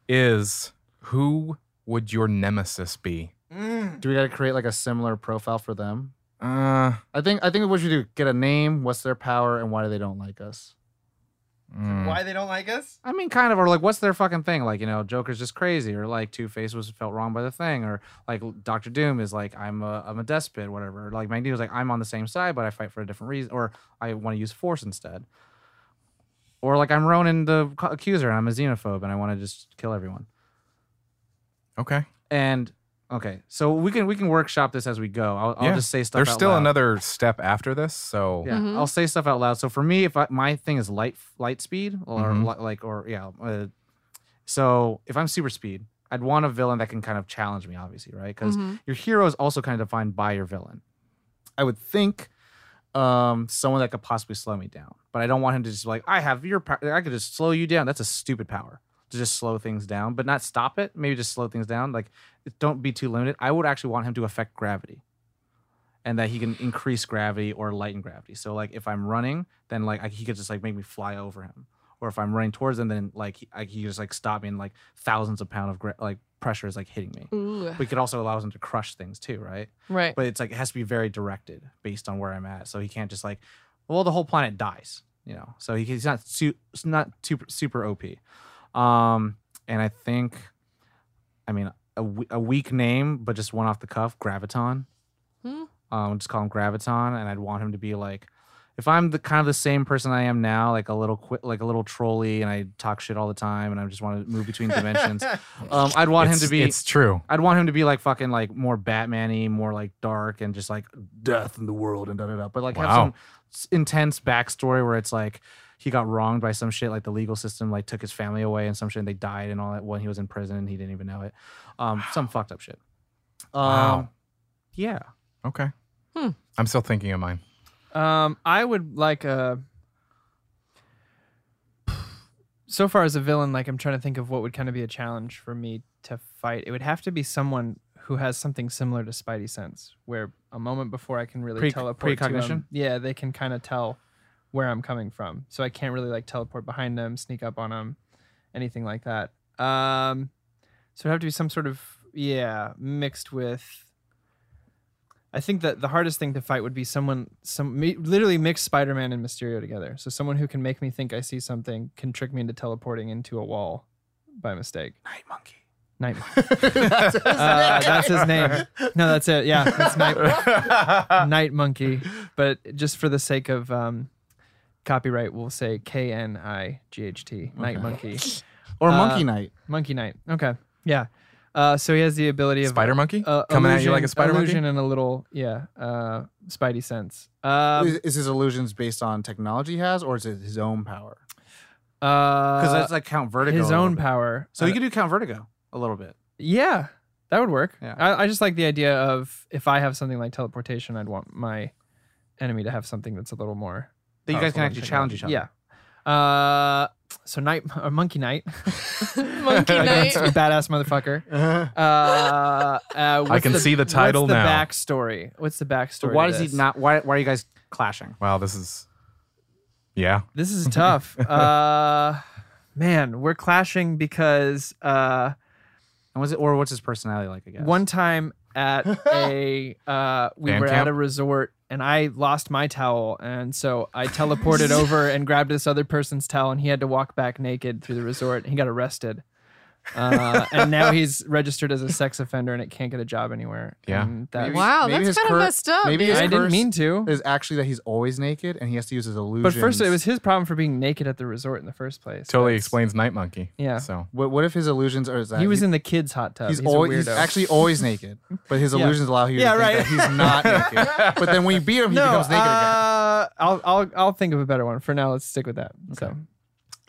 [SPEAKER 2] is who would your nemesis be?
[SPEAKER 4] Do we got to create like a similar profile for them?
[SPEAKER 2] Uh,
[SPEAKER 4] I think I think what you do get a name, what's their power, and why they don't like us.
[SPEAKER 2] mm.
[SPEAKER 3] Why they don't like us?
[SPEAKER 4] I mean, kind of, or like, what's their fucking thing? Like, you know, Joker's just crazy, or like Two Face was felt wrong by the thing, or like Doctor Doom is like, I'm a, I'm a despot, whatever. Or, like Magneto's like, I'm on the same side, but I fight for a different reason, or I want to use force instead. Or like I'm Ronan the co- accuser, and I'm a xenophobe, and I want to just kill everyone.
[SPEAKER 2] Okay.
[SPEAKER 4] And okay, so we can we can workshop this as we go. I'll, I'll
[SPEAKER 2] Yeah.
[SPEAKER 4] just say stuff.
[SPEAKER 2] There's
[SPEAKER 4] out
[SPEAKER 2] still
[SPEAKER 4] loud.
[SPEAKER 2] another step after this, so
[SPEAKER 4] Yeah,
[SPEAKER 5] Mhm.
[SPEAKER 4] I'll say stuff out loud. So for me, if I, my thing is light light speed or
[SPEAKER 2] Mhm.
[SPEAKER 4] li- like or yeah, uh, so if I'm super speed, I'd want a villain that can kind of challenge me, obviously, right? Because
[SPEAKER 5] Mhm.
[SPEAKER 4] your hero is also kind of defined by your villain. I would think um someone that could possibly slow me down, but I don't want him to just be like I have your power. I could just slow you down. That's a stupid power to just slow things down, but not stop it. Maybe just slow things down. Like don't be too limited. I would actually want him to affect gravity and that he can increase gravity or lighten gravity. So like if I'm running, then like I, he could just like make me fly over him, or if I'm running towards him, then like he, I, he could just like stop me and like thousands of pound of gra- like pressure is like hitting me.
[SPEAKER 5] Ooh.
[SPEAKER 4] We could also allow him to crush things too, right?
[SPEAKER 5] Right.
[SPEAKER 4] But it's like it has to be very directed based on where I'm at. So he can't just like, well, the whole planet dies, you know. So he, he's not su- he's not super super OP. Um, and I think, I mean, a, we- a weak name, but just one off the cuff, Graviton.
[SPEAKER 5] Hmm.
[SPEAKER 4] Um, just call him Graviton, and I'd want him to be like, if I'm the kind of the same person I am now, like a little quick, like a little trolley, and I talk shit all the time, and I just want to move between dimensions. Um, I'd want
[SPEAKER 2] it's-
[SPEAKER 4] him to be.
[SPEAKER 2] It's true.
[SPEAKER 4] I'd want him to be like fucking like more Batman-y, more like dark and just like death in the world and da da da. But like have
[SPEAKER 2] Wow.
[SPEAKER 4] some s- intense backstory where it's like he got wronged by some shit, like the legal system like took his family away and some shit, and they died and all that when he was in prison and he didn't even know it. Um, some fucked up shit. Um,
[SPEAKER 2] Wow.
[SPEAKER 4] yeah.
[SPEAKER 2] Okay.
[SPEAKER 5] Hmm.
[SPEAKER 2] I'm still thinking of mine.
[SPEAKER 3] Um, I would like a. So far as a villain, like I'm trying to think of what would kind of be a challenge for me to fight. It would have to be someone who has something similar to Spidey sense, where a moment before I can really
[SPEAKER 4] Pre-
[SPEAKER 3] teleport. To
[SPEAKER 4] precognition?
[SPEAKER 3] them. Yeah, they can kind of tell where I'm coming from, so I can't really like teleport behind them, sneak up on them, anything like that. Um, so it'd have to be some sort of yeah, mixed with. I think that the hardest thing to fight would be someone some me, literally mix Spider-Man and Mysterio together. So someone who can make me think I see something can trick me into teleporting into a wall by mistake.
[SPEAKER 4] Night monkey.
[SPEAKER 3] Night. Uh, that's his name. No, that's it. Yeah, that's Night Night Monkey. But just for the sake of um, copyright, we'll say K N I G H T. Night
[SPEAKER 4] Okay.
[SPEAKER 3] Monkey.
[SPEAKER 4] Or
[SPEAKER 3] Uh,
[SPEAKER 4] Monkey Knight.
[SPEAKER 3] Monkey Knight. Okay. Yeah. Uh, so he has the ability of
[SPEAKER 2] Spider monkey
[SPEAKER 3] uh,
[SPEAKER 2] coming at you
[SPEAKER 3] illusion-
[SPEAKER 2] like a spider
[SPEAKER 3] illusion
[SPEAKER 2] monkey.
[SPEAKER 3] and a little yeah uh spidey sense um
[SPEAKER 4] is, is his illusions based on technology he has, or is it his own power? Because
[SPEAKER 3] uh
[SPEAKER 4] that's like Count Vertigo.
[SPEAKER 3] his
[SPEAKER 4] a little
[SPEAKER 3] own
[SPEAKER 4] bit.
[SPEAKER 3] power
[SPEAKER 4] So
[SPEAKER 3] Uh,
[SPEAKER 4] you could do Count Vertigo a little bit.
[SPEAKER 3] yeah that would work
[SPEAKER 4] Yeah.
[SPEAKER 3] I, I just like the idea of if i have something like teleportation i'd want my enemy to have something that's a little more
[SPEAKER 4] That you guys
[SPEAKER 3] powerful
[SPEAKER 4] can
[SPEAKER 3] than
[SPEAKER 4] actually challenge each other.
[SPEAKER 3] technology. yeah uh so night or monkey knight
[SPEAKER 5] Monkey Knight.
[SPEAKER 3] badass motherfucker
[SPEAKER 4] Uh-huh.
[SPEAKER 3] uh, uh
[SPEAKER 2] I can
[SPEAKER 3] what's
[SPEAKER 2] see the title
[SPEAKER 3] what's the
[SPEAKER 2] now.
[SPEAKER 3] backstory what's the
[SPEAKER 4] So
[SPEAKER 3] backstory
[SPEAKER 4] why
[SPEAKER 3] to
[SPEAKER 4] does he
[SPEAKER 3] this?
[SPEAKER 4] not? Why, why are you guys clashing?
[SPEAKER 2] Wow, this is. Yeah.
[SPEAKER 3] This is tough. uh, man, we're clashing because uh,
[SPEAKER 4] And was it or what's his personality like? I guess
[SPEAKER 3] one time at a uh, we
[SPEAKER 2] Band
[SPEAKER 3] were
[SPEAKER 2] camp?
[SPEAKER 3] at a resort and I lost my towel and so I teleported over and grabbed this other person's towel and he had to walk back naked through the resort and he got arrested. Uh, and now he's registered as a sex offender and it can't get a job anywhere.
[SPEAKER 2] Yeah.
[SPEAKER 3] And that's,
[SPEAKER 4] Maybe-
[SPEAKER 5] wow,
[SPEAKER 4] maybe his
[SPEAKER 5] that's kind of
[SPEAKER 4] cur-
[SPEAKER 5] messed up.
[SPEAKER 4] maybe
[SPEAKER 5] dude.
[SPEAKER 4] his
[SPEAKER 3] I didn't
[SPEAKER 4] curse
[SPEAKER 3] mean to.
[SPEAKER 4] is actually that he's always naked and he has to use his illusion.
[SPEAKER 3] But first, it was his problem for being naked at the resort in the first place.
[SPEAKER 2] Totally
[SPEAKER 3] That's-
[SPEAKER 2] explains Night Monkey.
[SPEAKER 3] Yeah.
[SPEAKER 2] So
[SPEAKER 4] What, what if his illusions are? Is that
[SPEAKER 3] He was in the kids' hot tub.
[SPEAKER 4] He's,
[SPEAKER 3] He's,
[SPEAKER 4] always.
[SPEAKER 3] a
[SPEAKER 4] He's
[SPEAKER 3] weirdo.
[SPEAKER 4] actually always naked, but his
[SPEAKER 3] Yeah.
[SPEAKER 4] illusions allow you.
[SPEAKER 3] Yeah,
[SPEAKER 4] to
[SPEAKER 3] right.
[SPEAKER 4] Think that he's not naked. But then when you beat him, he becomes naked again.
[SPEAKER 3] uh, I'll, I'll I'll think of a better one. For now, let's stick with that. So,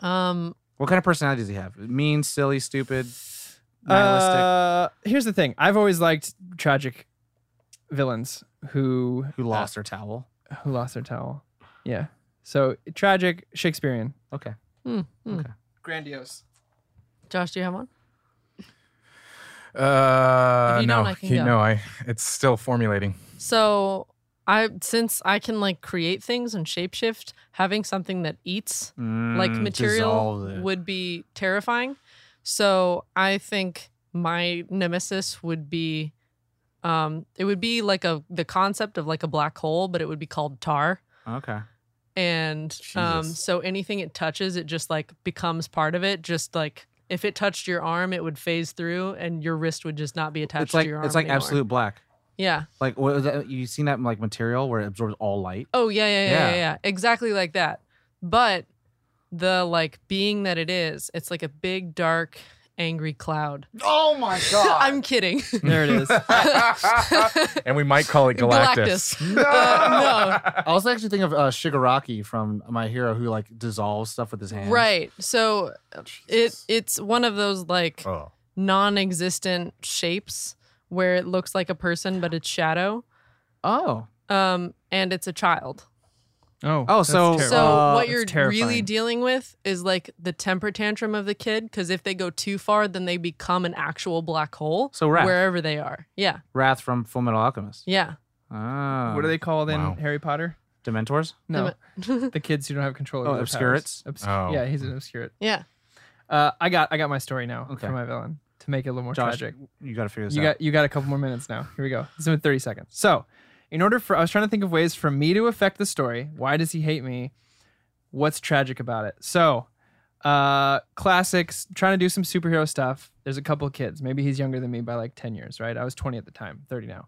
[SPEAKER 5] Um,
[SPEAKER 4] What kind of personality does he have? Mean, silly, stupid, nihilistic.
[SPEAKER 3] uh, here's the thing: I've always liked tragic villains who
[SPEAKER 4] who lost her towel?
[SPEAKER 3] who lost their towel. Yeah, so tragic Shakespearean,
[SPEAKER 4] Okay.
[SPEAKER 5] hmm, hmm.
[SPEAKER 3] grandiose.
[SPEAKER 5] Josh, do you have one?
[SPEAKER 2] Uh,
[SPEAKER 5] If you
[SPEAKER 2] no,
[SPEAKER 5] don't, I can
[SPEAKER 2] you-
[SPEAKER 5] go.
[SPEAKER 2] no, I. It's still formulating.
[SPEAKER 5] So I since I can like create things and shapeshift, having something that eats like
[SPEAKER 4] Mm,
[SPEAKER 5] material
[SPEAKER 4] dissolve it.
[SPEAKER 5] would be terrifying. So I think my nemesis would be Um, it would be like a the concept of like a black hole, but it would be called tar.
[SPEAKER 4] Okay.
[SPEAKER 5] And um,
[SPEAKER 2] Jesus.
[SPEAKER 5] so anything it touches, it just like becomes part of it. Just like if it touched your arm, it would phase through, and your wrist would just not be attached
[SPEAKER 4] It's like
[SPEAKER 5] to your arm.
[SPEAKER 4] it's like
[SPEAKER 5] anymore.
[SPEAKER 4] absolute black.
[SPEAKER 5] Yeah.
[SPEAKER 4] Like what is that, you seen that like material where it absorbs all light?
[SPEAKER 5] Oh yeah, yeah, yeah,
[SPEAKER 4] Yeah.
[SPEAKER 5] yeah, yeah. Exactly like that. But the like being that it is, it's like a big dark angry cloud.
[SPEAKER 4] Oh my
[SPEAKER 5] I'm kidding.
[SPEAKER 3] There it is.
[SPEAKER 2] and we might call it Galactus.
[SPEAKER 5] Galactus. Uh,
[SPEAKER 4] I also actually think of uh, Shigaraki from My Hero, who like dissolves stuff with his hands.
[SPEAKER 5] no. Right. So it it's one of those like
[SPEAKER 2] Oh.
[SPEAKER 5] non-existent shapes where it looks like a person but it's shadow.
[SPEAKER 4] Oh.
[SPEAKER 5] Um and it's a child.
[SPEAKER 3] Oh,
[SPEAKER 4] Oh,
[SPEAKER 3] that's
[SPEAKER 4] so-
[SPEAKER 3] terrible.
[SPEAKER 5] So
[SPEAKER 4] Uh,
[SPEAKER 5] what
[SPEAKER 4] that's
[SPEAKER 5] you're really
[SPEAKER 3] terrifying.
[SPEAKER 5] dealing with is like the temper tantrum of the kid because if they go too far, then they become an actual black hole.
[SPEAKER 4] So Raph.
[SPEAKER 5] wherever they are, yeah,
[SPEAKER 4] Wrath from Full Metal Alchemist.
[SPEAKER 5] yeah,
[SPEAKER 4] Oh.
[SPEAKER 3] what are they called in
[SPEAKER 2] Wow.
[SPEAKER 3] Harry Potter?
[SPEAKER 4] Dementors?
[SPEAKER 3] No, the kids who don't have control
[SPEAKER 4] Oh,
[SPEAKER 3] over their
[SPEAKER 4] obscurates?
[SPEAKER 3] powers. Obs-
[SPEAKER 2] Oh.
[SPEAKER 3] Yeah, he's an obscurate.
[SPEAKER 5] yeah.
[SPEAKER 3] Uh, I got I got my story now
[SPEAKER 4] Okay.
[SPEAKER 3] for my villain to make it a little more
[SPEAKER 4] Josh,
[SPEAKER 3] tragic.
[SPEAKER 4] you got to figure this
[SPEAKER 3] You
[SPEAKER 4] out.
[SPEAKER 3] got you got a couple more minutes now. Here we go. It's been 30 seconds. So, in order for I was trying to think of ways for me to affect the story. Why does he hate me? What's tragic about it? So, uh classics, trying to do some superhero stuff. There's a couple kids. Maybe he's younger than me by like 10 years, right? I was 20 at the time, 30 now.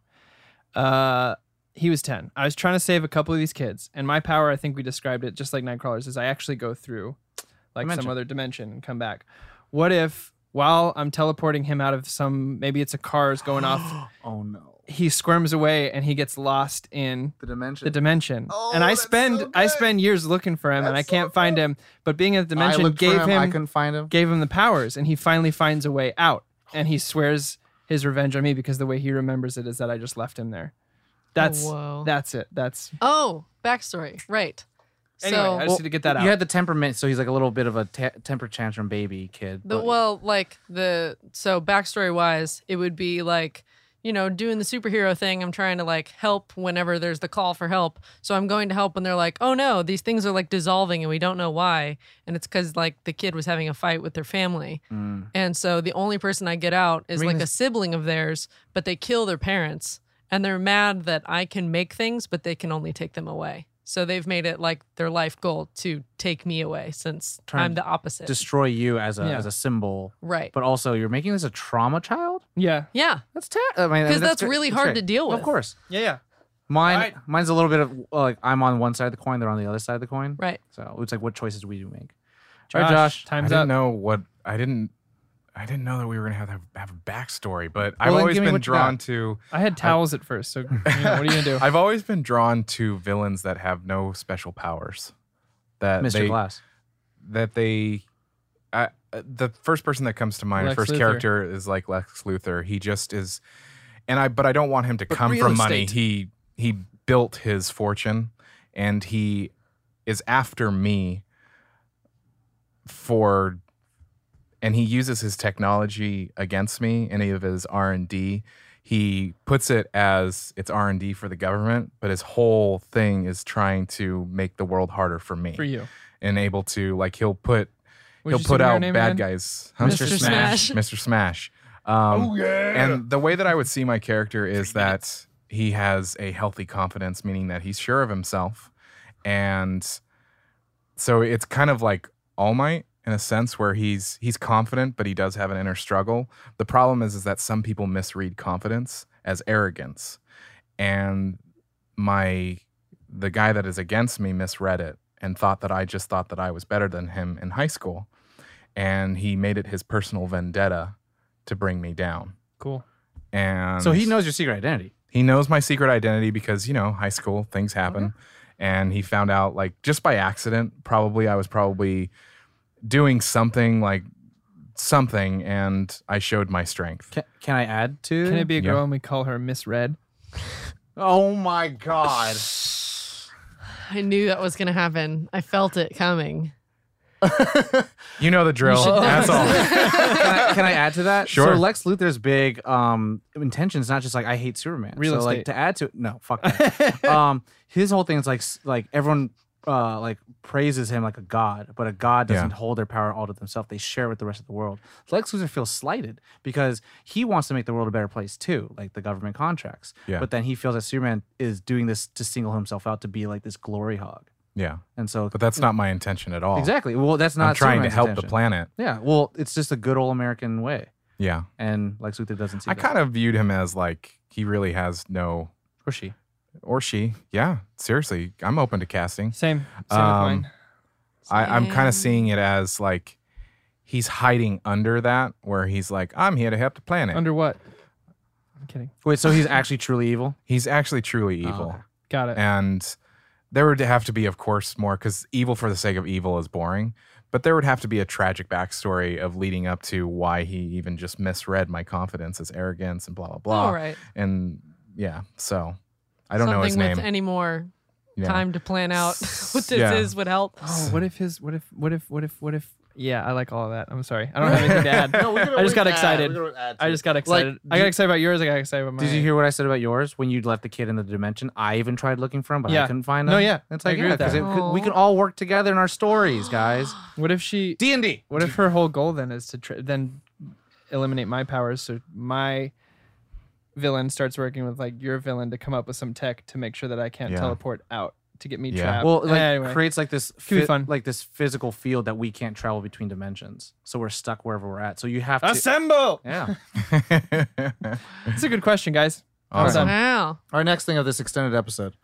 [SPEAKER 3] Uh he was 10. I was trying to save a couple of these kids, and my power, I think we described it just like Nightcrawlers, is I actually go through like
[SPEAKER 4] Dimension.
[SPEAKER 3] some other dimension and come back. What if while I'm teleporting him out of some, maybe it's a car's going off,
[SPEAKER 4] oh no.
[SPEAKER 3] he squirms away and he gets lost in
[SPEAKER 4] The dimension.
[SPEAKER 3] the dimension.
[SPEAKER 4] Oh,
[SPEAKER 3] and I
[SPEAKER 4] that's so
[SPEAKER 3] spend I
[SPEAKER 4] good.
[SPEAKER 3] spend years looking for him and I
[SPEAKER 4] That's so
[SPEAKER 3] can't find him. But being in the dimension
[SPEAKER 4] I looked for
[SPEAKER 3] gave
[SPEAKER 4] him, I
[SPEAKER 3] him
[SPEAKER 4] couldn't find him.
[SPEAKER 3] gave him the powers and he finally finds a way out and he swears his revenge on me because the way he remembers it is that I just left him there. That's
[SPEAKER 5] Whoa.
[SPEAKER 3] that's it. That's
[SPEAKER 5] Oh, backstory, right?
[SPEAKER 3] Anyway,
[SPEAKER 5] so
[SPEAKER 3] I just need to get that out.
[SPEAKER 4] You had the temperament, so he's like a little bit of a te- temper tantrum baby kid.
[SPEAKER 5] the
[SPEAKER 4] but-
[SPEAKER 5] well, like the so backstory wise, it would be like you know doing the superhero thing. I'm trying to like help whenever there's the call for help, so I'm going to help when they're like, oh no, these things are like dissolving and we don't know why, and it's because like the kid was having a fight with their family.
[SPEAKER 4] Mm.
[SPEAKER 5] And so the only person I get out is
[SPEAKER 4] I mean,
[SPEAKER 5] like a
[SPEAKER 4] it's-
[SPEAKER 5] sibling of theirs, but they kill their parents and they're mad that I can make things, but they can only take them away. So they've made it like their life goal to take me away since
[SPEAKER 4] Trying
[SPEAKER 5] I'm the opposite.
[SPEAKER 4] destroy you as a
[SPEAKER 3] Yeah.
[SPEAKER 4] as a symbol,
[SPEAKER 5] right.
[SPEAKER 4] but also you're making this a trauma child.
[SPEAKER 3] yeah.
[SPEAKER 5] yeah.
[SPEAKER 4] That's terrible. I mean,
[SPEAKER 5] Because that's really hard to deal with.
[SPEAKER 4] Of course,
[SPEAKER 3] Yeah, yeah.
[SPEAKER 4] mine
[SPEAKER 3] Right.
[SPEAKER 4] mine's a little bit of uh, like I'm on one side of the coin, they're on the other side of the coin.
[SPEAKER 5] Right.
[SPEAKER 4] So it's like what choices we do make.
[SPEAKER 3] Josh,
[SPEAKER 4] All right, Josh.
[SPEAKER 2] I
[SPEAKER 3] time's
[SPEAKER 2] didn't
[SPEAKER 3] up.
[SPEAKER 2] know what I didn't. I didn't know that we were gonna have to have, have a backstory, but I've
[SPEAKER 4] Well, then
[SPEAKER 2] always
[SPEAKER 4] give me
[SPEAKER 2] been
[SPEAKER 4] what you
[SPEAKER 2] drawn
[SPEAKER 4] got.
[SPEAKER 2] to.
[SPEAKER 3] I had towels at first, so you know, what are you gonna do?
[SPEAKER 2] I've always been drawn to villains that have no special powers. That
[SPEAKER 4] Mr.
[SPEAKER 2] they
[SPEAKER 4] Glass.
[SPEAKER 2] that they. I, uh, the first person that comes to mind,
[SPEAKER 3] Lex
[SPEAKER 2] first
[SPEAKER 3] Luthor.
[SPEAKER 2] character is like Lex Luthor. He just is, and I. But I don't want him to
[SPEAKER 4] But
[SPEAKER 2] come
[SPEAKER 4] real
[SPEAKER 2] from money.
[SPEAKER 4] estate.
[SPEAKER 2] He he built his fortune, and he is after me for and he uses his technology against me any of his r&d he puts it as it's r&d for the government but his whole thing is trying to make the world harder for me
[SPEAKER 3] For you.
[SPEAKER 2] and able to like he'll put
[SPEAKER 3] What's
[SPEAKER 2] he'll
[SPEAKER 3] your
[SPEAKER 2] put
[SPEAKER 3] superhero
[SPEAKER 2] out
[SPEAKER 3] name
[SPEAKER 2] bad
[SPEAKER 3] again?
[SPEAKER 2] guys Huh?
[SPEAKER 5] Mr. Smash.
[SPEAKER 2] mr smash um, and the way that I would see my character is that he has a healthy confidence, meaning that he's sure of himself. And so it's kind of like All Might in a sense where he's he's confident, but he does have an inner struggle. The problem is is that some people misread confidence as arrogance. And my the guy that is against me misread it and thought that I just thought that I was better than him in high school. And he made it his personal vendetta to bring me down
[SPEAKER 3] Cool.
[SPEAKER 2] and
[SPEAKER 4] So he knows your secret identity.
[SPEAKER 2] he knows my secret identity because you know high school things happen and he found out like just by accident probably i was probably doing something like something and i showed my strength
[SPEAKER 4] Can, can I add to?
[SPEAKER 3] Can it be a
[SPEAKER 2] Yeah.
[SPEAKER 3] girl and we call her Miss Red?
[SPEAKER 4] Oh my god.
[SPEAKER 5] I knew that was going to happen. I felt it coming.
[SPEAKER 2] you know the drill that's all
[SPEAKER 4] can, I, can I add to that?
[SPEAKER 2] Sure.
[SPEAKER 4] So Lex Luthor's big um intention is not just like I hate Superman.
[SPEAKER 3] Real
[SPEAKER 4] so like
[SPEAKER 3] estate.
[SPEAKER 4] to add to no fuck. That. um, his whole thing is like s- like everyone uh, like praises him like a god, but a god
[SPEAKER 2] Yeah.
[SPEAKER 4] doesn't hold their power all to themselves. They share it with the rest of the world. Lex Luthor feels slighted because he wants to make the world a better place too, like the government contracts.
[SPEAKER 2] Yeah.
[SPEAKER 4] But then he feels that Superman is doing this to single himself out to be like this glory hog.
[SPEAKER 2] Yeah.
[SPEAKER 4] And so
[SPEAKER 2] But that's not my intention at all.
[SPEAKER 4] exactly. Well, that's not
[SPEAKER 2] I'm trying to
[SPEAKER 4] Superman's
[SPEAKER 2] help the
[SPEAKER 4] intention.
[SPEAKER 2] planet.
[SPEAKER 4] Yeah. Well, it's just a good old American way,
[SPEAKER 2] Yeah.
[SPEAKER 4] and Lex Luthor doesn't see
[SPEAKER 2] I
[SPEAKER 4] that.
[SPEAKER 2] kind of viewed him as like he really has no
[SPEAKER 4] or she.
[SPEAKER 2] or she. Yeah. Seriously, I'm open to casting.
[SPEAKER 3] Same. Same
[SPEAKER 2] Um,
[SPEAKER 3] with mine.
[SPEAKER 2] I, I'm kind of
[SPEAKER 5] Same.
[SPEAKER 2] seeing it as like he's hiding under that, where he's like, I'm here to help the planet.
[SPEAKER 3] Under what? I'm kidding.
[SPEAKER 4] Wait, so he's actually truly evil?
[SPEAKER 2] he's actually truly
[SPEAKER 4] Oh,
[SPEAKER 2] evil.
[SPEAKER 4] okay.
[SPEAKER 3] Got it.
[SPEAKER 2] And there would have to be, of course, more because evil for the sake of evil is boring. But there would have to be a tragic backstory of leading up to why he even just misread my confidence as arrogance and blah, blah, blah.
[SPEAKER 5] All right.
[SPEAKER 2] And yeah, so I don't
[SPEAKER 5] Something
[SPEAKER 2] know his
[SPEAKER 5] with
[SPEAKER 2] name.
[SPEAKER 5] any more
[SPEAKER 2] Yeah.
[SPEAKER 5] time to plan out what this
[SPEAKER 2] Yeah.
[SPEAKER 5] is would help.
[SPEAKER 3] Oh, what if his? What if? What if? What if? What if? Yeah, I like all of that. I'm sorry. I don't have anything to add.
[SPEAKER 2] No,
[SPEAKER 4] we
[SPEAKER 3] I just got excited. I just got excited. I
[SPEAKER 4] did-
[SPEAKER 3] got excited about yours. I got excited about mine.
[SPEAKER 4] Did you hear what I said about yours when you left the kid in the dimension? I even tried looking for him, but
[SPEAKER 3] Yeah.
[SPEAKER 4] I couldn't find him.
[SPEAKER 3] No, yeah.
[SPEAKER 4] it's
[SPEAKER 3] I
[SPEAKER 4] like
[SPEAKER 3] agree
[SPEAKER 4] yeah,
[SPEAKER 3] with that.
[SPEAKER 4] 'cause it could- we
[SPEAKER 5] Aw.
[SPEAKER 4] can all work together in our stories, guys.
[SPEAKER 3] What if she?
[SPEAKER 4] D and D.
[SPEAKER 3] What if her whole goal then is to tr- then eliminate my powers so my villain starts working with like your villain to come up with some tech to make sure that I can't
[SPEAKER 2] Yeah.
[SPEAKER 3] teleport out to get me
[SPEAKER 2] Yeah.
[SPEAKER 3] trapped.
[SPEAKER 4] Well, like
[SPEAKER 3] anyway,
[SPEAKER 4] creates like this
[SPEAKER 3] Could be
[SPEAKER 4] phy-
[SPEAKER 3] fun.
[SPEAKER 4] like this physical field that we can't travel between dimensions, so we're stuck wherever we're at. So you have to.
[SPEAKER 3] assemble.
[SPEAKER 4] yeah.
[SPEAKER 3] It's a good question, guys.
[SPEAKER 2] awesome.
[SPEAKER 5] Wow.
[SPEAKER 4] Our next thing of this extended episode.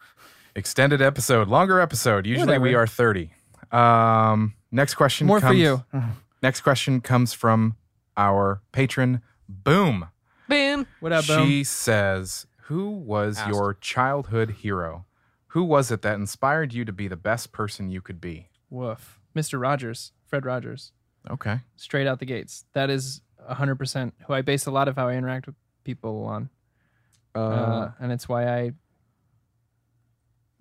[SPEAKER 2] Extended episode, longer episode. Usually we
[SPEAKER 3] Whatever.
[SPEAKER 2] are 30. Um, next question
[SPEAKER 3] More for
[SPEAKER 2] comes-
[SPEAKER 3] you.
[SPEAKER 2] Next question comes from our patron, Boom.
[SPEAKER 5] Boom.
[SPEAKER 3] What up, Boom?
[SPEAKER 2] She says, Who was
[SPEAKER 4] Asked.
[SPEAKER 2] your childhood hero? Who was it that inspired you to be the best person you could be?
[SPEAKER 3] Woof. Mr. Rogers, Fred Rogers,
[SPEAKER 2] Okay.
[SPEAKER 3] straight out the gates. That is 100% who I base a lot of how I interact with people on.
[SPEAKER 4] Uh,
[SPEAKER 2] Um,
[SPEAKER 3] uh, and it's why I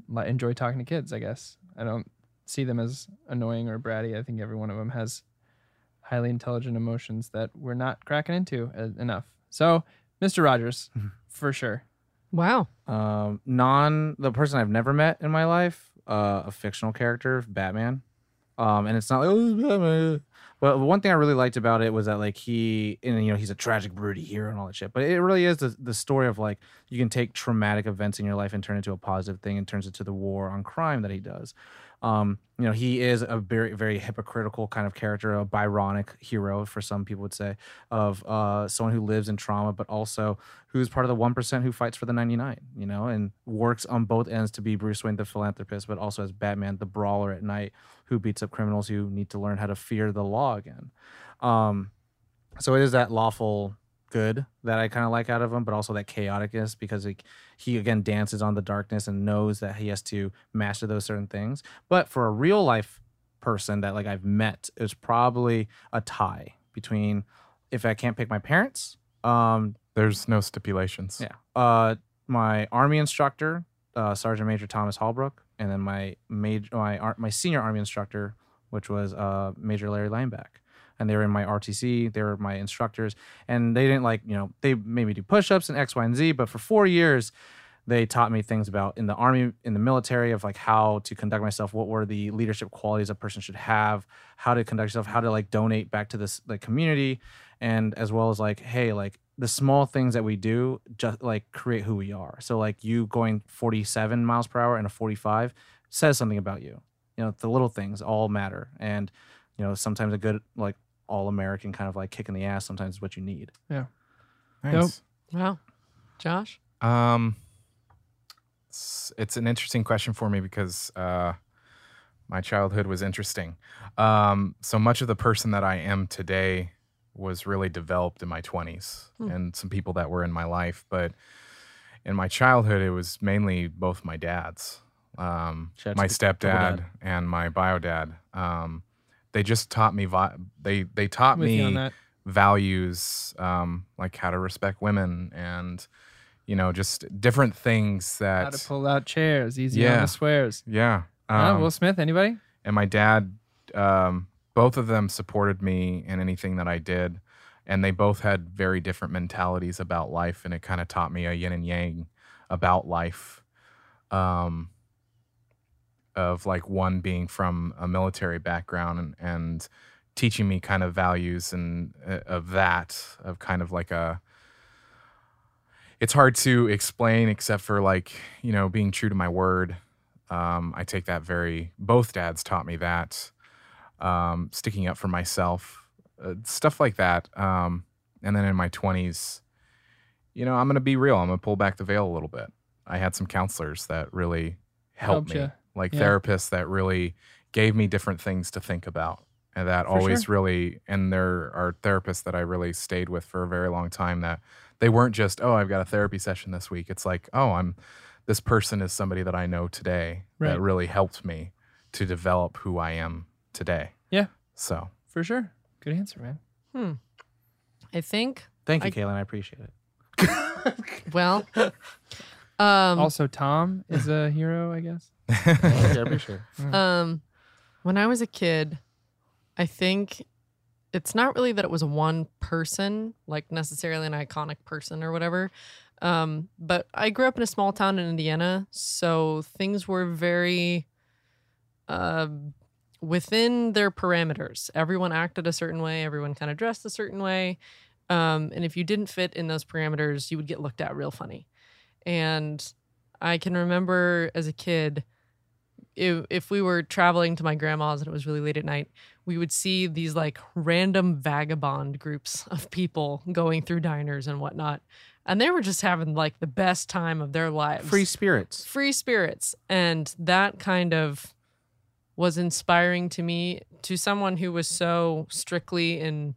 [SPEAKER 3] li- enjoy talking to kids. I guess I don't see them as annoying or bratty. I think every one of them has highly intelligent emotions that we're not cracking into uh, enough. So, Mr. Rogers,
[SPEAKER 2] Mm-hmm.
[SPEAKER 3] for sure.
[SPEAKER 5] Wow.
[SPEAKER 4] um, non the person I've never met in my life, uh, a fictional character, Batman. Um, and it's not like oh, Batman. But one thing I really liked about it was that like he and you know he's a tragic broody hero and all that shit. But it really is the, the story of like you can take traumatic events in your life and turn it into a positive thing and turns it to the war on crime that he does. Um, you know, he is a very very hypocritical kind of character, a Byronic hero for some people would say, of uh someone who lives in trauma, but also who's part of the one percent who fights for the ninety nine, you know, and works on both ends to be Bruce Wayne the philanthropist, but also as Batman, the brawler at night who beats up criminals who need to learn how to fear the law again. Um, so it is that lawful good that I kind of like out of him, but also that chaoticness because like he again dances on the darkness and knows that he has to master those certain things. But for a real life person that like I've met, it was probably a tie between if I can't pick my parents, um,
[SPEAKER 2] There's no stipulations.
[SPEAKER 4] yeah. Uh, my army instructor, uh, Sergeant Major Thomas Hallbrook, and then my major, my ar- my senior army instructor, which was uh, Major Larry Lineback. And they were in my RTC. They were my instructors, and they didn't like you know they made me do push-ups and X, Y, and Z. But for four years, they taught me things about in the army, in the military, of like how to conduct myself, what were the leadership qualities a person should have, how to conduct yourself, how to like donate back to this like community, and as well as like hey like the small things that we do just like create who we are so like you going 47 miles per hour and a 45 says something about you you know the little things all matter and you know sometimes a good like all american kind of like kick in the ass sometimes is what you need
[SPEAKER 2] Nice.
[SPEAKER 5] Wow. Josh?
[SPEAKER 2] Um, it's, it's an interesting question for me because uh, my childhood was interesting. Um, so much of the person that I am today was really developed in my 20s
[SPEAKER 5] Hmm.
[SPEAKER 2] and some people that were in my life. But in my childhood, it was mainly both my dads. Um,
[SPEAKER 4] Shout out
[SPEAKER 2] my
[SPEAKER 4] to the double
[SPEAKER 2] stepdad
[SPEAKER 4] dad.
[SPEAKER 2] and my bio dad. Um, they just taught me vi- they they taught
[SPEAKER 3] I'm with
[SPEAKER 2] me
[SPEAKER 3] you on that.
[SPEAKER 2] values um, like how to respect women and you know just different things
[SPEAKER 3] How
[SPEAKER 2] that
[SPEAKER 3] to pull out chairs, easy on
[SPEAKER 2] Yeah.
[SPEAKER 3] the swears.
[SPEAKER 2] yeah
[SPEAKER 3] Huh?
[SPEAKER 2] um,
[SPEAKER 3] Will Smith, anybody?
[SPEAKER 2] and my dad um, both of them supported me in anything that i did and they both had very different mentalities about life and it kind of taught me a yin and yang about life um, of like one being from a military background and, and teaching me kind of values and uh, of that of kind of like a it's hard to explain except for like you know being true to my word um, i take that very both dads taught me that um, sticking up for myself uh, stuff like that um, and then in my 20s you know i'm gonna be real i'm gonna pull back the veil a little bit i had some counselors that really helped,
[SPEAKER 3] Helped
[SPEAKER 2] me
[SPEAKER 3] ya.
[SPEAKER 2] like
[SPEAKER 3] Yeah.
[SPEAKER 2] therapists that really gave me different things to think about and that
[SPEAKER 3] For
[SPEAKER 2] always really and there are therapists that i really stayed with for a very long time that they weren't just oh i've got a therapy session this week it's like oh i'm this person is somebody that i know today
[SPEAKER 3] Right.
[SPEAKER 2] that really helped me to develop who i am today
[SPEAKER 3] Yeah.
[SPEAKER 2] so
[SPEAKER 3] For sure. Good answer, man.
[SPEAKER 5] I think.
[SPEAKER 4] Thank you,
[SPEAKER 5] I-
[SPEAKER 4] Kaylin. I appreciate it.
[SPEAKER 5] Well, um,
[SPEAKER 3] also, Tom is a hero, I guess.
[SPEAKER 4] Yeah, I appreciate it.
[SPEAKER 5] um, when I was a kid, I think it's not really that it was one person, like necessarily an iconic person or whatever. Um, but I grew up in a small town in Indiana, so things were very uh, within their parameters. Everyone acted a certain way, everyone kind of dressed a certain way. Um, and if you didn't fit in those parameters, you would get looked at real funny. And I can remember as a kid, if, if we were traveling to my grandma's and it was really late at night, we would see these like random vagabond groups of people going through diners and whatnot. And they were just having like the best time of their lives
[SPEAKER 4] Free spirits.
[SPEAKER 5] free spirits and that kind of was inspiring to me to someone who was so strictly in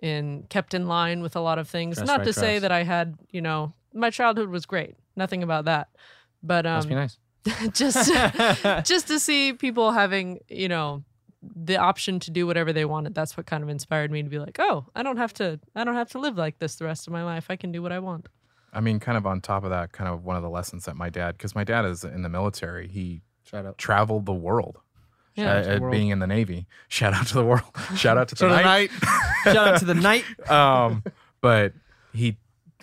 [SPEAKER 5] in kept in line with a lot of things
[SPEAKER 4] Dress
[SPEAKER 5] not
[SPEAKER 4] right
[SPEAKER 5] to say
[SPEAKER 4] dress.
[SPEAKER 5] that i had you know my childhood was great nothing about that but
[SPEAKER 4] Must be
[SPEAKER 5] um
[SPEAKER 4] nice.
[SPEAKER 5] just just to see people having you know the option to do whatever they wanted that's what kind of inspired me to be like oh i don't have to i don't have to live like this the rest of my life i can do what i want
[SPEAKER 2] i mean kind of on top of that kind of one of the lessons that my dad because my dad is in the military he
[SPEAKER 4] Shout out.
[SPEAKER 2] traveled the world
[SPEAKER 5] yeah
[SPEAKER 2] uh, uh,
[SPEAKER 3] world.
[SPEAKER 2] being in the navy shout out to the world shout out to the night.
[SPEAKER 3] Shout out to the knight.
[SPEAKER 2] um, but he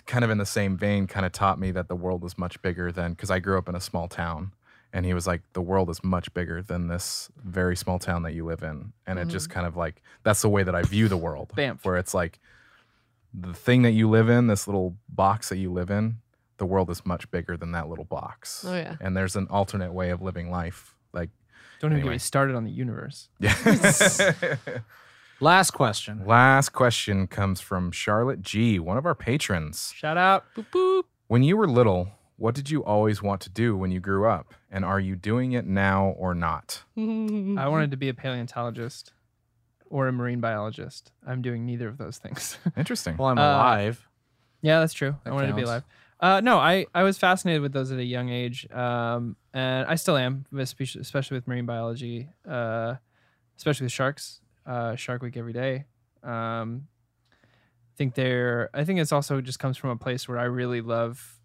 [SPEAKER 2] kind of in the same vein kind of taught me that the world is much bigger than because I grew up in a small town and he was like the world is much bigger than this very small town that you live in and it
[SPEAKER 5] Mm-hmm.
[SPEAKER 2] just kind of like that's the way that I view the world
[SPEAKER 3] Bamf.
[SPEAKER 2] where it's like the thing that you live in this little box that you live in the world is much bigger than that little box
[SPEAKER 5] Oh, yeah.
[SPEAKER 2] and there's an alternate way of living life like
[SPEAKER 3] Don't even get
[SPEAKER 2] Anyway.
[SPEAKER 3] me started on the universe.
[SPEAKER 2] yeah
[SPEAKER 4] Last question.
[SPEAKER 2] last question comes from Charlotte G one of our patrons
[SPEAKER 3] Shout out.
[SPEAKER 5] boop boop
[SPEAKER 2] When you were little, what did you always want to do when you grew up? And are you doing it now or not?
[SPEAKER 5] Mm-hmm.
[SPEAKER 3] I wanted to be a paleontologist or a marine biologist. I'm doing neither of those things.
[SPEAKER 2] Interesting.
[SPEAKER 4] Well, I'm
[SPEAKER 3] Uh,
[SPEAKER 4] alive.
[SPEAKER 3] Yeah, that's true.
[SPEAKER 4] That
[SPEAKER 3] I wanted to be alive.
[SPEAKER 4] counts.
[SPEAKER 3] Uh, no, I, I was fascinated with those at a young age, um, and I still am, espe- especially with marine biology, uh, especially with sharks. Uh, Shark Week every day. Um, I think they're. I think it's also just comes from a place where I really love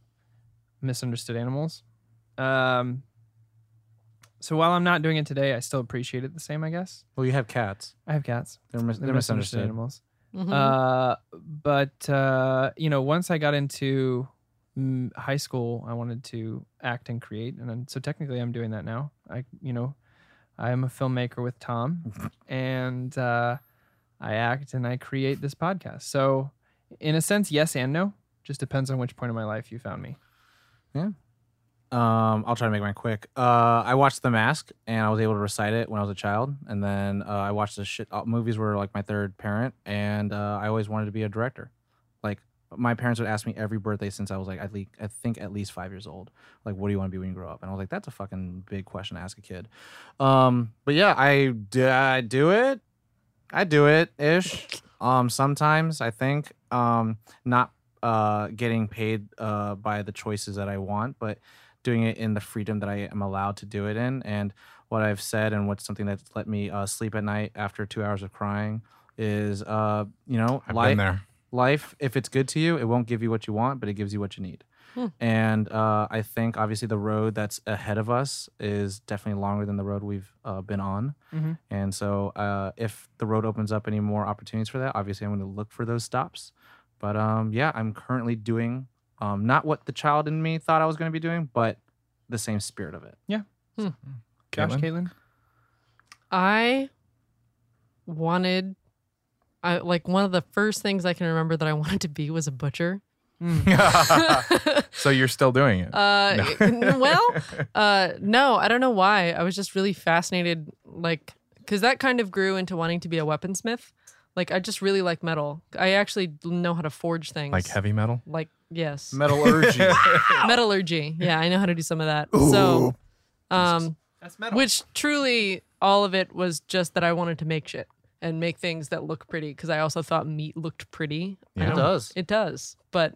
[SPEAKER 3] misunderstood animals. Um, so while I'm not doing it today, I still appreciate it the same. I guess
[SPEAKER 4] Well, you have cats.
[SPEAKER 3] I have cats.
[SPEAKER 4] They're, mis-
[SPEAKER 3] They're,
[SPEAKER 4] they're
[SPEAKER 3] misunderstood,
[SPEAKER 4] misunderstood.
[SPEAKER 3] animals.
[SPEAKER 5] Mhm.
[SPEAKER 3] Uh, but uh, you know, once I got into mm, high school, I wanted to act and create, and then, so technically, I'm doing that now. I, you know, I am a filmmaker with Tom, and uh, I act and I create this podcast. So, in a sense, yes and no. Just depends on which point of my life you found me.
[SPEAKER 4] Um, I'll try to make mine quick. Uh, I watched The Mask, and I was able to recite it when I was a child. And then uh, I watched the shit uh, movies were like my third parent, and uh, I always wanted to be a director. Like my parents would ask me every birthday since I was like at least I think at least five years old. Like, what do you want to be when you grow up? And I was like, that's a fucking big question to ask a kid. Um, but yeah, I do, I do it. I do it ish. Um, sometimes I think um not uh getting paid uh by the choices that I want, but doing it in the freedom that I am allowed to do it in. And what I've said and what's something that's let me uh, sleep at night after two hours of crying is, uh, you know,
[SPEAKER 2] I've
[SPEAKER 4] life,
[SPEAKER 2] been there.
[SPEAKER 4] life, if it's good to you, it won't give you what you want, but it gives you what you need.
[SPEAKER 5] Hmm.
[SPEAKER 4] And uh, I think obviously the road that's ahead of us is definitely longer than the road we've uh, been on.
[SPEAKER 5] Mm-hmm.
[SPEAKER 3] Mhm.
[SPEAKER 4] And so uh, if the road opens up any more opportunities for that, obviously I'm going to look for those stops. But um, yeah, I'm currently doing um, not what the child in me thought I was going to be doing, but the same spirit of it.
[SPEAKER 3] Josh
[SPEAKER 2] Caitlin?
[SPEAKER 3] Caitlin?
[SPEAKER 5] I wanted, I like one of the first things I can remember that I wanted to be was a butcher.
[SPEAKER 3] Mm.
[SPEAKER 2] so you're still doing it.
[SPEAKER 5] Uh,
[SPEAKER 2] No.
[SPEAKER 5] well, uh, no, I don't know why. I was just really fascinated, like, because that kind of grew into wanting to be a weaponsmith. Like, I just really like metal. I actually know how to forge things.
[SPEAKER 2] like heavy metal.
[SPEAKER 5] Like, yes.
[SPEAKER 4] Metallurgy.
[SPEAKER 5] Metallurgy. Yeah, I know how to do some of that. So, um,
[SPEAKER 3] That's metal.
[SPEAKER 5] which truly, all of it was just that I wanted to make shit and make things that look pretty because I also thought meat looked pretty. I
[SPEAKER 2] Yeah.
[SPEAKER 4] it
[SPEAKER 5] don't-
[SPEAKER 4] does.
[SPEAKER 5] It does. But,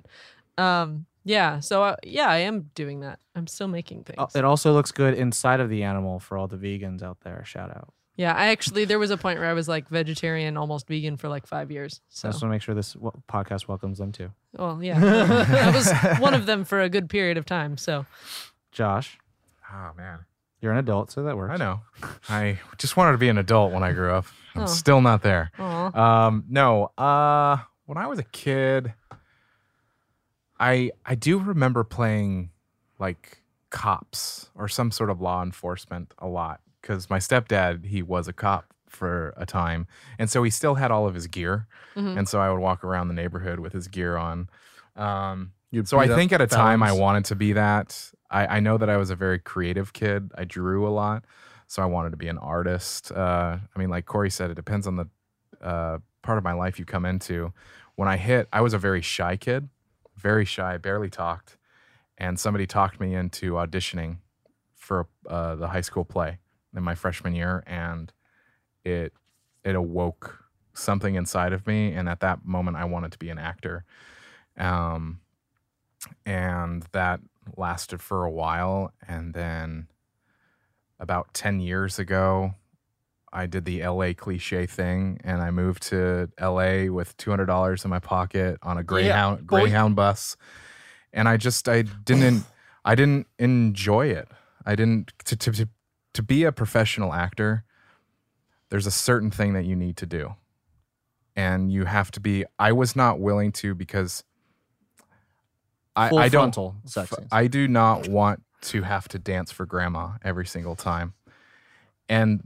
[SPEAKER 5] um, yeah. So, I, yeah, I am doing that. I'm still making things.
[SPEAKER 2] Oh,
[SPEAKER 4] Uh, It also looks good inside of the animal for all the vegans out there. Shout out.
[SPEAKER 5] Yeah, I actually there was a point where I was like vegetarian, almost vegan for like five years.
[SPEAKER 4] So
[SPEAKER 5] So,
[SPEAKER 4] I just want to make sure this w- podcast welcomes them too.
[SPEAKER 5] well, yeah, I was one of them for a good period of time. So,
[SPEAKER 4] Josh,
[SPEAKER 2] Oh man,
[SPEAKER 4] you're an adult, so that works.
[SPEAKER 2] I know. I just wanted to be an adult when I grew up. I'm
[SPEAKER 5] Oh.
[SPEAKER 2] still not there.
[SPEAKER 5] aw.
[SPEAKER 2] Um, no. Uh, when I was a kid, I I do remember playing like cops or some sort of law enforcement a lot because my stepdad he was a cop for a time, and so he still had all of his gear,
[SPEAKER 5] Mhm.
[SPEAKER 2] and so I would walk around the neighborhood with his gear on. Um,
[SPEAKER 4] You'd
[SPEAKER 2] so I
[SPEAKER 4] beat up
[SPEAKER 2] think at a time I
[SPEAKER 4] felons.
[SPEAKER 2] wanted to be that. I, I know that I was a very creative kid. I drew a lot, so I wanted to be an artist. Uh, I mean, like Corey said, it depends on the uh, part of my life you come into. When I hit, I was a very shy kid, very shy, barely talked, and somebody talked me into auditioning for uh, the high school play in my freshman year, and it it awoke something inside of me, and at that moment, I wanted to be an actor. Um, and that lasted for a while and then about 10 years ago i did the la cliche thing and i moved to la with $200 in my pocket on a greyhound
[SPEAKER 3] boy.
[SPEAKER 2] greyhound bus and i just i didn't i didn't enjoy it i didn't to, to, to, to be a professional actor there's a certain thing that you need to do and you have to be i was not willing to because I,
[SPEAKER 4] Full
[SPEAKER 2] I don't
[SPEAKER 4] frontal sex.
[SPEAKER 2] F-
[SPEAKER 4] scenes.
[SPEAKER 2] I do not want to have to dance for grandma every single time. And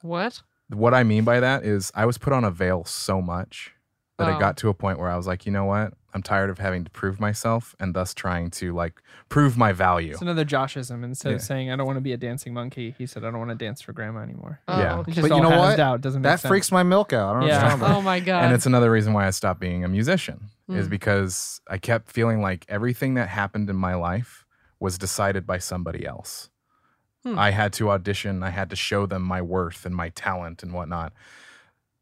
[SPEAKER 5] what?
[SPEAKER 2] what I mean by that is I was put on a veil so much that
[SPEAKER 5] Oh.
[SPEAKER 2] it got to a point where I was like, you know what? I'm tired of having to prove myself and thus trying to like prove my value.
[SPEAKER 3] It's another Joshism. Instead of
[SPEAKER 2] Yeah.
[SPEAKER 3] saying I don't want to be a dancing monkey, he said I don't want to dance for grandma anymore.
[SPEAKER 5] Oh,
[SPEAKER 2] Yeah.
[SPEAKER 3] It's
[SPEAKER 5] okay.
[SPEAKER 3] just
[SPEAKER 4] But you
[SPEAKER 3] all
[SPEAKER 4] know
[SPEAKER 3] hasmed
[SPEAKER 4] what?
[SPEAKER 3] Out. It doesn't make
[SPEAKER 4] that
[SPEAKER 3] sense.
[SPEAKER 4] freaks my milk out. I don't know
[SPEAKER 3] Yeah.
[SPEAKER 4] what you're talking about.
[SPEAKER 5] Oh my god.
[SPEAKER 2] and it's another reason why I stopped being a musician is
[SPEAKER 5] Mm.
[SPEAKER 2] because I kept feeling like everything that happened in my life was decided by somebody else.
[SPEAKER 5] Hmm.
[SPEAKER 2] I had to audition, I had to show them my worth and my talent and whatnot.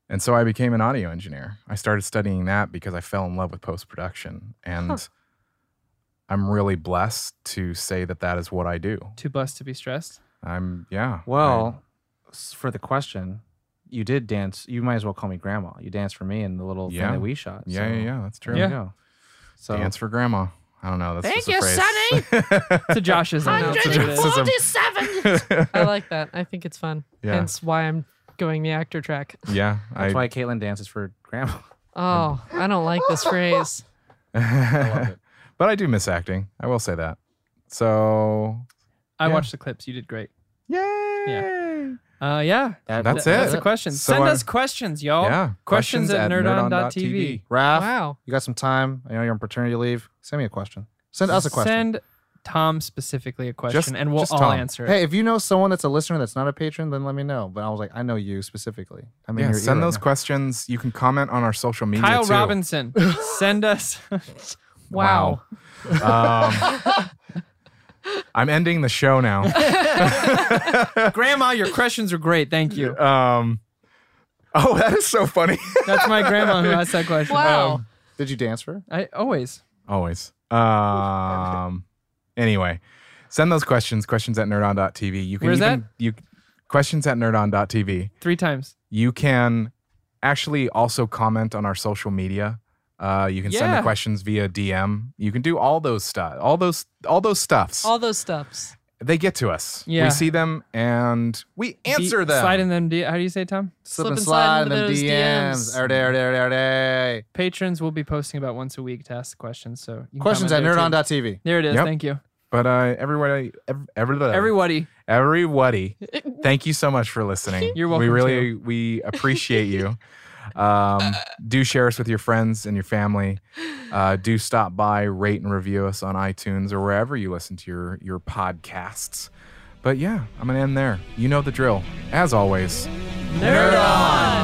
[SPEAKER 2] And so I became an audio engineer. I started studying that because I fell in love with post production. And
[SPEAKER 5] Huh.
[SPEAKER 2] I'm really blessed to say that that is what I do.
[SPEAKER 3] Too blessed to be stressed.
[SPEAKER 2] I'm, yeah. I-
[SPEAKER 4] Well, s- for the question, you did dance. You might as well call me grandma. You danced for me in the little
[SPEAKER 2] Yeah.
[SPEAKER 4] thing that we shot.
[SPEAKER 2] yeah,
[SPEAKER 4] so
[SPEAKER 2] yeah, yeah, that's true.
[SPEAKER 4] There you go. So
[SPEAKER 2] Dance for grandma. I don't know. That's
[SPEAKER 1] Thank
[SPEAKER 2] just a
[SPEAKER 1] you,
[SPEAKER 2] phrase.
[SPEAKER 3] It's a Joshism. That's what it is.
[SPEAKER 2] Joshism.
[SPEAKER 5] I like that. I think it's fun.
[SPEAKER 2] Yeah.
[SPEAKER 5] Hence why I'm going the actor track.
[SPEAKER 2] Yeah,
[SPEAKER 4] that's
[SPEAKER 2] I.
[SPEAKER 4] why Caitlin dances for grandma.
[SPEAKER 5] Oh, I don't like this phrase.
[SPEAKER 2] but I do miss acting. I will say that. So
[SPEAKER 3] I
[SPEAKER 2] Yeah.
[SPEAKER 3] watched the clips. You did great.
[SPEAKER 2] yay!
[SPEAKER 3] Uh, yeah.
[SPEAKER 4] That-
[SPEAKER 2] That's
[SPEAKER 3] That's
[SPEAKER 2] it.
[SPEAKER 3] the question.
[SPEAKER 2] So
[SPEAKER 3] Send
[SPEAKER 2] I'm-
[SPEAKER 3] us questions, y'all.
[SPEAKER 2] Yeah.
[SPEAKER 3] Questions, at, nerdon.tv.
[SPEAKER 4] Raph,
[SPEAKER 5] Wow.
[SPEAKER 4] you got some time. I know you're on paternity leave. Send me a question. Send us a question.
[SPEAKER 3] Send Tom specifically a question,
[SPEAKER 2] Just-
[SPEAKER 3] and we'll
[SPEAKER 2] just
[SPEAKER 3] all
[SPEAKER 2] Tom.
[SPEAKER 3] answer it.
[SPEAKER 4] Hey, if you know someone that's a listener that's not a patron, then let me know. But I was like, I know you specifically. I mean,
[SPEAKER 2] Yeah,
[SPEAKER 4] you're
[SPEAKER 2] send those questions. You can comment on our social media.
[SPEAKER 3] Kyle
[SPEAKER 2] too.
[SPEAKER 3] Robinson, send us.
[SPEAKER 5] Wow.
[SPEAKER 2] Wow. um, I'm ending the show now.
[SPEAKER 3] Grandma, your questions are great. Thank you.
[SPEAKER 2] Um, oh, that is so funny.
[SPEAKER 3] That's my grandma who asked that question. Um,
[SPEAKER 5] Wow.
[SPEAKER 4] Did you dance for?
[SPEAKER 3] I always.
[SPEAKER 2] Always. Um, anyway, send those questions. Questions at nerdon.tv. You can
[SPEAKER 3] Where's
[SPEAKER 2] even
[SPEAKER 3] that?
[SPEAKER 2] you questions at nerdon.tv.
[SPEAKER 3] Three times.
[SPEAKER 2] you can actually also comment on our social media. Uh, you can send
[SPEAKER 3] Yeah.
[SPEAKER 2] the questions via DM. You can do all those stuff, all those, all those stuffs.
[SPEAKER 5] All those stuffs.
[SPEAKER 2] they get to us.
[SPEAKER 3] Yeah.
[SPEAKER 2] We see them and we answer
[SPEAKER 3] D-
[SPEAKER 2] them.
[SPEAKER 3] Slide in them. D- How do you say, it, Tom?
[SPEAKER 5] Slip and slide into
[SPEAKER 4] them
[SPEAKER 5] those DMs.
[SPEAKER 4] Arde, arde, arde, arde.
[SPEAKER 3] Patrons will be posting about once a week to ask questions. So you can
[SPEAKER 4] Questions at
[SPEAKER 3] comment there, too.
[SPEAKER 4] nerdon.tv.
[SPEAKER 3] There it is.
[SPEAKER 2] Yep.
[SPEAKER 3] Thank you.
[SPEAKER 2] But uh, everybody, ev- everybody,
[SPEAKER 3] Everybody,
[SPEAKER 2] everybody, thank you so much for listening.
[SPEAKER 3] You're welcome
[SPEAKER 2] We really we appreciate you.
[SPEAKER 3] Uh,
[SPEAKER 2] Um, do share us with your friends and your family. Uh, do stop by, rate and review us on iTunes or wherever you listen to your your podcasts. But yeah, I'm gonna end there. You know the drill. As always,
[SPEAKER 3] nerd on.